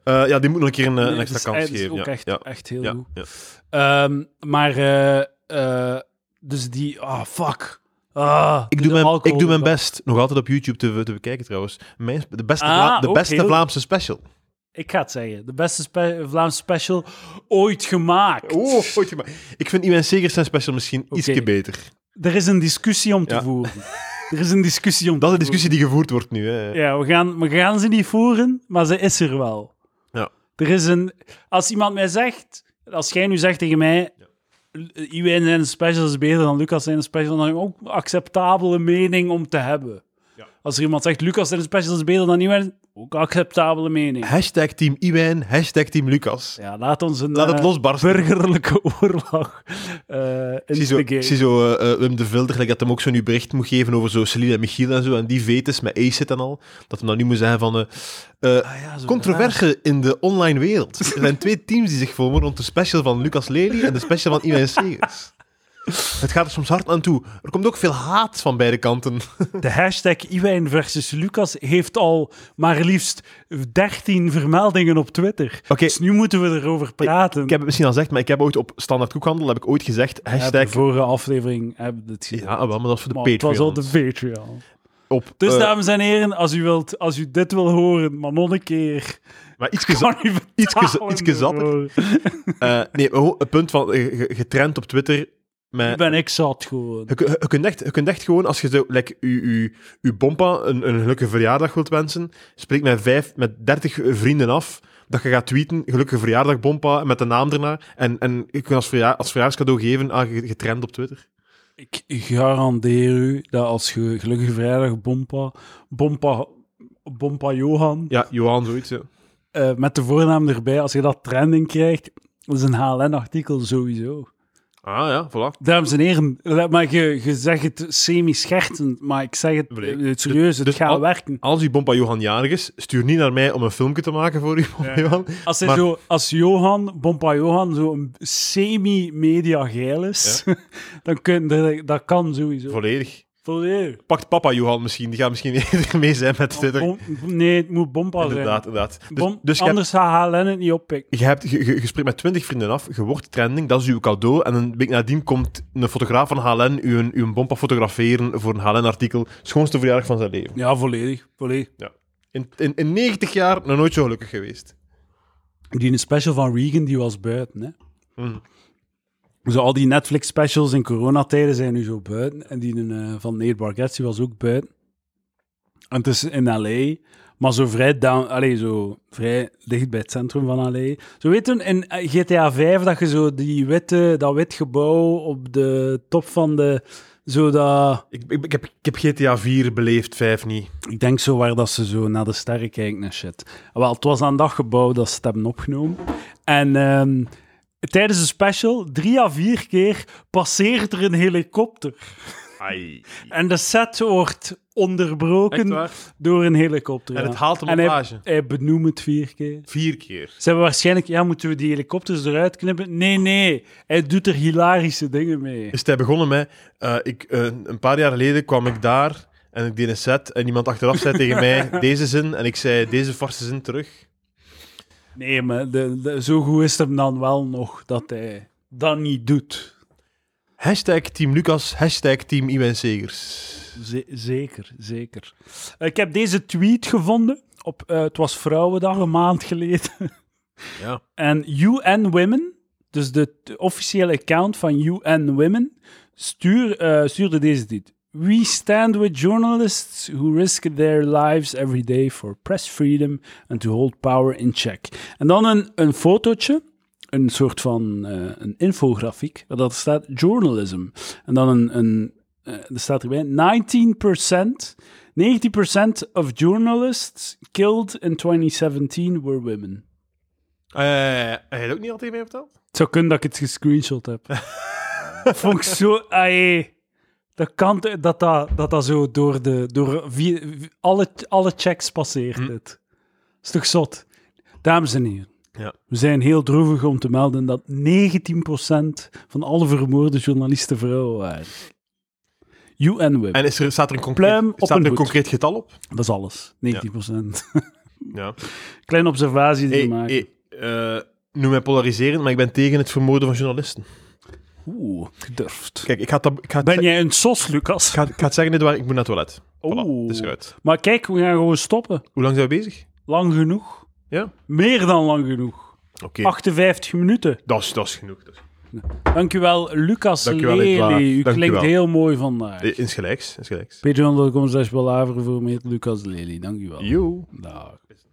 Speaker 2: eh, ja, die moet nog een keer een, eh, een
Speaker 1: Nee,
Speaker 2: extra
Speaker 1: dat is- dat
Speaker 2: kans
Speaker 1: is
Speaker 2: geven.
Speaker 1: ook
Speaker 2: ja.
Speaker 1: echt,
Speaker 2: ja.
Speaker 1: echt heel
Speaker 2: ja,
Speaker 1: goed.
Speaker 2: ja.
Speaker 1: Ehm, maar, eh, eh, dus die, ah, fuck. Ah,
Speaker 2: Ik,
Speaker 1: de
Speaker 2: doe mijn,
Speaker 1: alcohol
Speaker 2: ik doe mijn
Speaker 1: ervan.
Speaker 2: best. Nog altijd op YouTube te, te bekijken trouwens. Mijn, de beste,
Speaker 1: Ah,
Speaker 2: Vla- de
Speaker 1: ook
Speaker 2: beste
Speaker 1: heel-
Speaker 2: Vlaamse special.
Speaker 1: Ik ga het zeggen. De beste spe- Vlaamse special ooit gemaakt.
Speaker 2: Oh, goed gemaakt. Ik vind Iwan Segers zijn special misschien ietsje beter.
Speaker 1: Er is een discussie om te
Speaker 2: Ja.
Speaker 1: voeren. Er is een discussie om
Speaker 2: Dat
Speaker 1: te
Speaker 2: is de discussie die gevoerd wordt nu. Hè.
Speaker 1: voeren. Ja, we gaan, we gaan ze niet voeren, maar ze is er wel.
Speaker 2: Ja.
Speaker 1: Er is een... Als iemand mij zegt... Als jij nu zegt tegen mij... Iwijn zijn special is beter dan Lucas zijn special, dan heb ik ook een acceptabele mening om te hebben.
Speaker 2: Ja.
Speaker 1: Als er iemand zegt, Lucas zijn special is beter dan Iwijn, ook een acceptabele mening.
Speaker 2: Hashtag team Iwan, hashtag team Lucas.
Speaker 1: Ja, laat ons een
Speaker 2: Laat het
Speaker 1: eh,
Speaker 2: losbarsten.
Speaker 1: burgerlijke oorlog eh
Speaker 2: Ik zie zo, ik
Speaker 1: instigeren.
Speaker 2: zie zo eh, eh, Wim de Vilder, gelijk dat hem ook zo nu bericht moet geven over zo Celine en Michiel en zo, en die vetes met Acid en al, dat hem dan nu moet zeggen van... eh, eh,
Speaker 1: Ah ja, zo
Speaker 2: Controverse in de online wereld. Er zijn twee teams die zich vormen rond de special van Lucas Lely en de special van Iwan Segers. Het gaat er soms hard aan toe. Er komt ook veel haat van beide kanten.
Speaker 1: De hashtag Iwijn versus Lucas heeft al maar liefst 13 vermeldingen op Twitter.
Speaker 2: Oké.
Speaker 1: Dus nu moeten we erover praten.
Speaker 2: Ik heb het misschien al gezegd, maar ik heb ooit op Standaard Koekhandel heb ik ooit gezegd
Speaker 1: Ja, de
Speaker 2: hashtag...
Speaker 1: vorige aflevering hebben we het gezien.
Speaker 2: Ja, ah, wel, maar dat is voor
Speaker 1: Maar
Speaker 2: de
Speaker 1: het was al
Speaker 2: Patreon.
Speaker 1: de Patreon.
Speaker 2: op...
Speaker 3: Dus
Speaker 2: eh,
Speaker 3: dames en heren, als u, wilt, als u dit wil horen, maar nog een keer,
Speaker 2: maar ietsje za-
Speaker 3: kan u
Speaker 2: ietsje,
Speaker 3: betalen
Speaker 2: ietsje zatter.
Speaker 3: ervoor.
Speaker 2: Eh, nee, maar gewoon het punt van... eh, ge- Getrend op Twitter
Speaker 3: Nu
Speaker 2: met...
Speaker 3: ben ik zat gewoon.
Speaker 2: Je, kun- je, kunt echt, je kunt echt gewoon, als je zo, like, u, u, uw bompa een, een gelukkige verjaardag wilt wensen, spreek met, vijf, met 30 vrienden af dat je gaat tweeten, gelukkige verjaardag bompa, met de naam erna. En, en je kunt als, verja als verjaarscadeau geven aan ge- getrend op Twitter.
Speaker 1: Ik garandeer u dat als je gelukkig vrijdag Bompa, Bompa, Bompa Johan,
Speaker 2: Ja, Johan, zoiets. Ja.
Speaker 1: eh, met de voornaam erbij, als je dat trending krijgt, dat is een HLN-artikel sowieso.
Speaker 2: Ah ja, voilà.
Speaker 1: Dames en heren, let maar je, je zegt het semi-schertend, maar ik zeg het,
Speaker 2: Nee.
Speaker 1: eh, serieus, het
Speaker 2: Dus
Speaker 1: gaat
Speaker 2: al-
Speaker 1: werken.
Speaker 2: Als uw bompa Johan jarig is, stuur niet naar mij om een filmpje te maken voor uw bompa Johan.
Speaker 1: Als, hij
Speaker 2: maar-
Speaker 1: zo, als Johan, Bompa Johan, zo'n semi-media geil is, dan kun je, dat kan sowieso.
Speaker 2: Volledig.
Speaker 1: Volledig.
Speaker 2: Pakt papa Johan misschien, die gaat misschien eerder mee zijn met Twitter.
Speaker 1: Bom- nee, het moet Bompa
Speaker 2: Inderdaad, inderdaad. Dus,
Speaker 1: zijn. Bom,
Speaker 2: dus je hebt-
Speaker 1: anders gaat HLN het niet oppikken.
Speaker 2: je, hebt, je, je- je spreekt met twintig vrienden af, je wordt trending, dat is uw cadeau. En een week nadien komt een fotograaf van HLN uw, uw bompa fotograferen voor een HLN-artikel. Schoonste verjaardag van zijn leven.
Speaker 1: Ja, volledig. volledig.
Speaker 2: In, in, in 90 jaar nog nooit zo gelukkig geweest.
Speaker 1: Die een special van Regan, die was buiten, hè.
Speaker 2: Mm.
Speaker 1: Zo, al die Netflix-specials in coronatijden zijn nu zo buiten. En die eh, van Nate Bargatze die was ook buiten. En het is in L.A., maar zo vrij, down, allee, zo vrij dicht bij het centrum van L.A. Zo weet je, in eh, GTA 5 dat je zo die witte, dat wit gebouw op de top van de... Zo dat...
Speaker 2: Ik, ik, ik heb, ik heb GTA 4 beleefd, 5 niet.
Speaker 1: Ik denk zo waar dat ze zo naar de sterren kijken en shit. Wel, het was aan dat gebouw dat ze het hebben opgenomen. En ehm, tijdens de special, drie à vier keer, passeert er een helikopter.
Speaker 2: Ai.
Speaker 1: En de set wordt onderbroken door een helikopter.
Speaker 2: En
Speaker 1: ja.
Speaker 2: het haalt de
Speaker 1: En hij,
Speaker 2: montage.
Speaker 1: hij benoemt het vier keer.
Speaker 2: Vier keer.
Speaker 1: Ze hebben waarschijnlijk, ja, moeten we die helikopters eruit knippen? Nee, nee, hij doet er hilarische dingen mee.
Speaker 2: Is hij begonnen met... eh, ik, eh, een paar jaar geleden kwam ik daar en ik deed een set en iemand achteraf zei tegen mij deze zin en ik zei deze farse zin terug.
Speaker 1: Nee, maar de, de- zo goed is het hem dan wel nog dat hij dat niet doet.
Speaker 2: Hashtag Team Lucas, hashtag Team Iwan Segers.
Speaker 1: Ze- zeker, zeker. Ik heb deze tweet gevonden. Op, eh, het was Vrouwendag een maand geleden.
Speaker 2: Ja.
Speaker 1: En UN Women, dus de t- officiële account van UN Women, stuur, eh, stuurde deze tweet. We stand with journalists who risk their lives every day for press freedom and to hold power in check. En dan een, een fotootje, een soort van eh, een infografiek, waar dat staat journalism. En dan een, een eh, er staat erbij 19%, 90% of journalists killed in 2017 were women.
Speaker 2: heb je dat Eh, ook niet al tegen mij verteld?
Speaker 1: Het zou kunnen dat ik het gescreenshot heb. Vond ik zo... ai, dat kan t- dat dat, dat, dat zo door, de, door vi- vi- alle, alle checks
Speaker 2: Hm.
Speaker 1: passeert. Dit. is toch zot? Dames en heren.
Speaker 2: Ja.
Speaker 1: We zijn heel droevig om te melden dat 19% van alle vermoorde journalisten vrouwen waren. You and women.
Speaker 2: En is er, staat er een concreet,
Speaker 1: Pluim op
Speaker 2: staat er
Speaker 1: een
Speaker 2: een
Speaker 1: hoed.
Speaker 2: concreet getal op? Eh,
Speaker 1: Dat is alles. 19%.
Speaker 2: Ja.
Speaker 1: Kleine observatie die we maken.
Speaker 2: eh, noem mij polariserend, maar ik ben tegen het vermoorden van journalisten.
Speaker 1: Oeh, gedurfd.
Speaker 2: Kijk, ik ga, het- ik ga, het
Speaker 1: Ben
Speaker 2: ze-
Speaker 1: jij een sos, Lucas?
Speaker 2: ik ga, het- ik ga het zeggen, dit waar, ik moet naar het toilet. Voilà,
Speaker 1: Oeh.
Speaker 2: het is eruit.
Speaker 1: Maar kijk, we gaan gewoon stoppen.
Speaker 2: Hoe lang zijn we bezig?
Speaker 1: Lang genoeg.
Speaker 2: Ja?
Speaker 1: Meer dan lang genoeg.
Speaker 2: Oké,
Speaker 1: 58 minuten.
Speaker 2: dat, is, dat is genoeg. Dat is-
Speaker 1: Dankjewel, Lucas
Speaker 2: Dankjewel, Edouard.
Speaker 1: Lely. U klinkt
Speaker 2: Dankjewel.
Speaker 1: heel mooi vandaag.
Speaker 2: Eh, Insgelijks, insgelijks.
Speaker 1: Patreon.com slash Belaveren voor meer Lucas Lely. Dankjewel.
Speaker 2: Yo.
Speaker 1: Dag.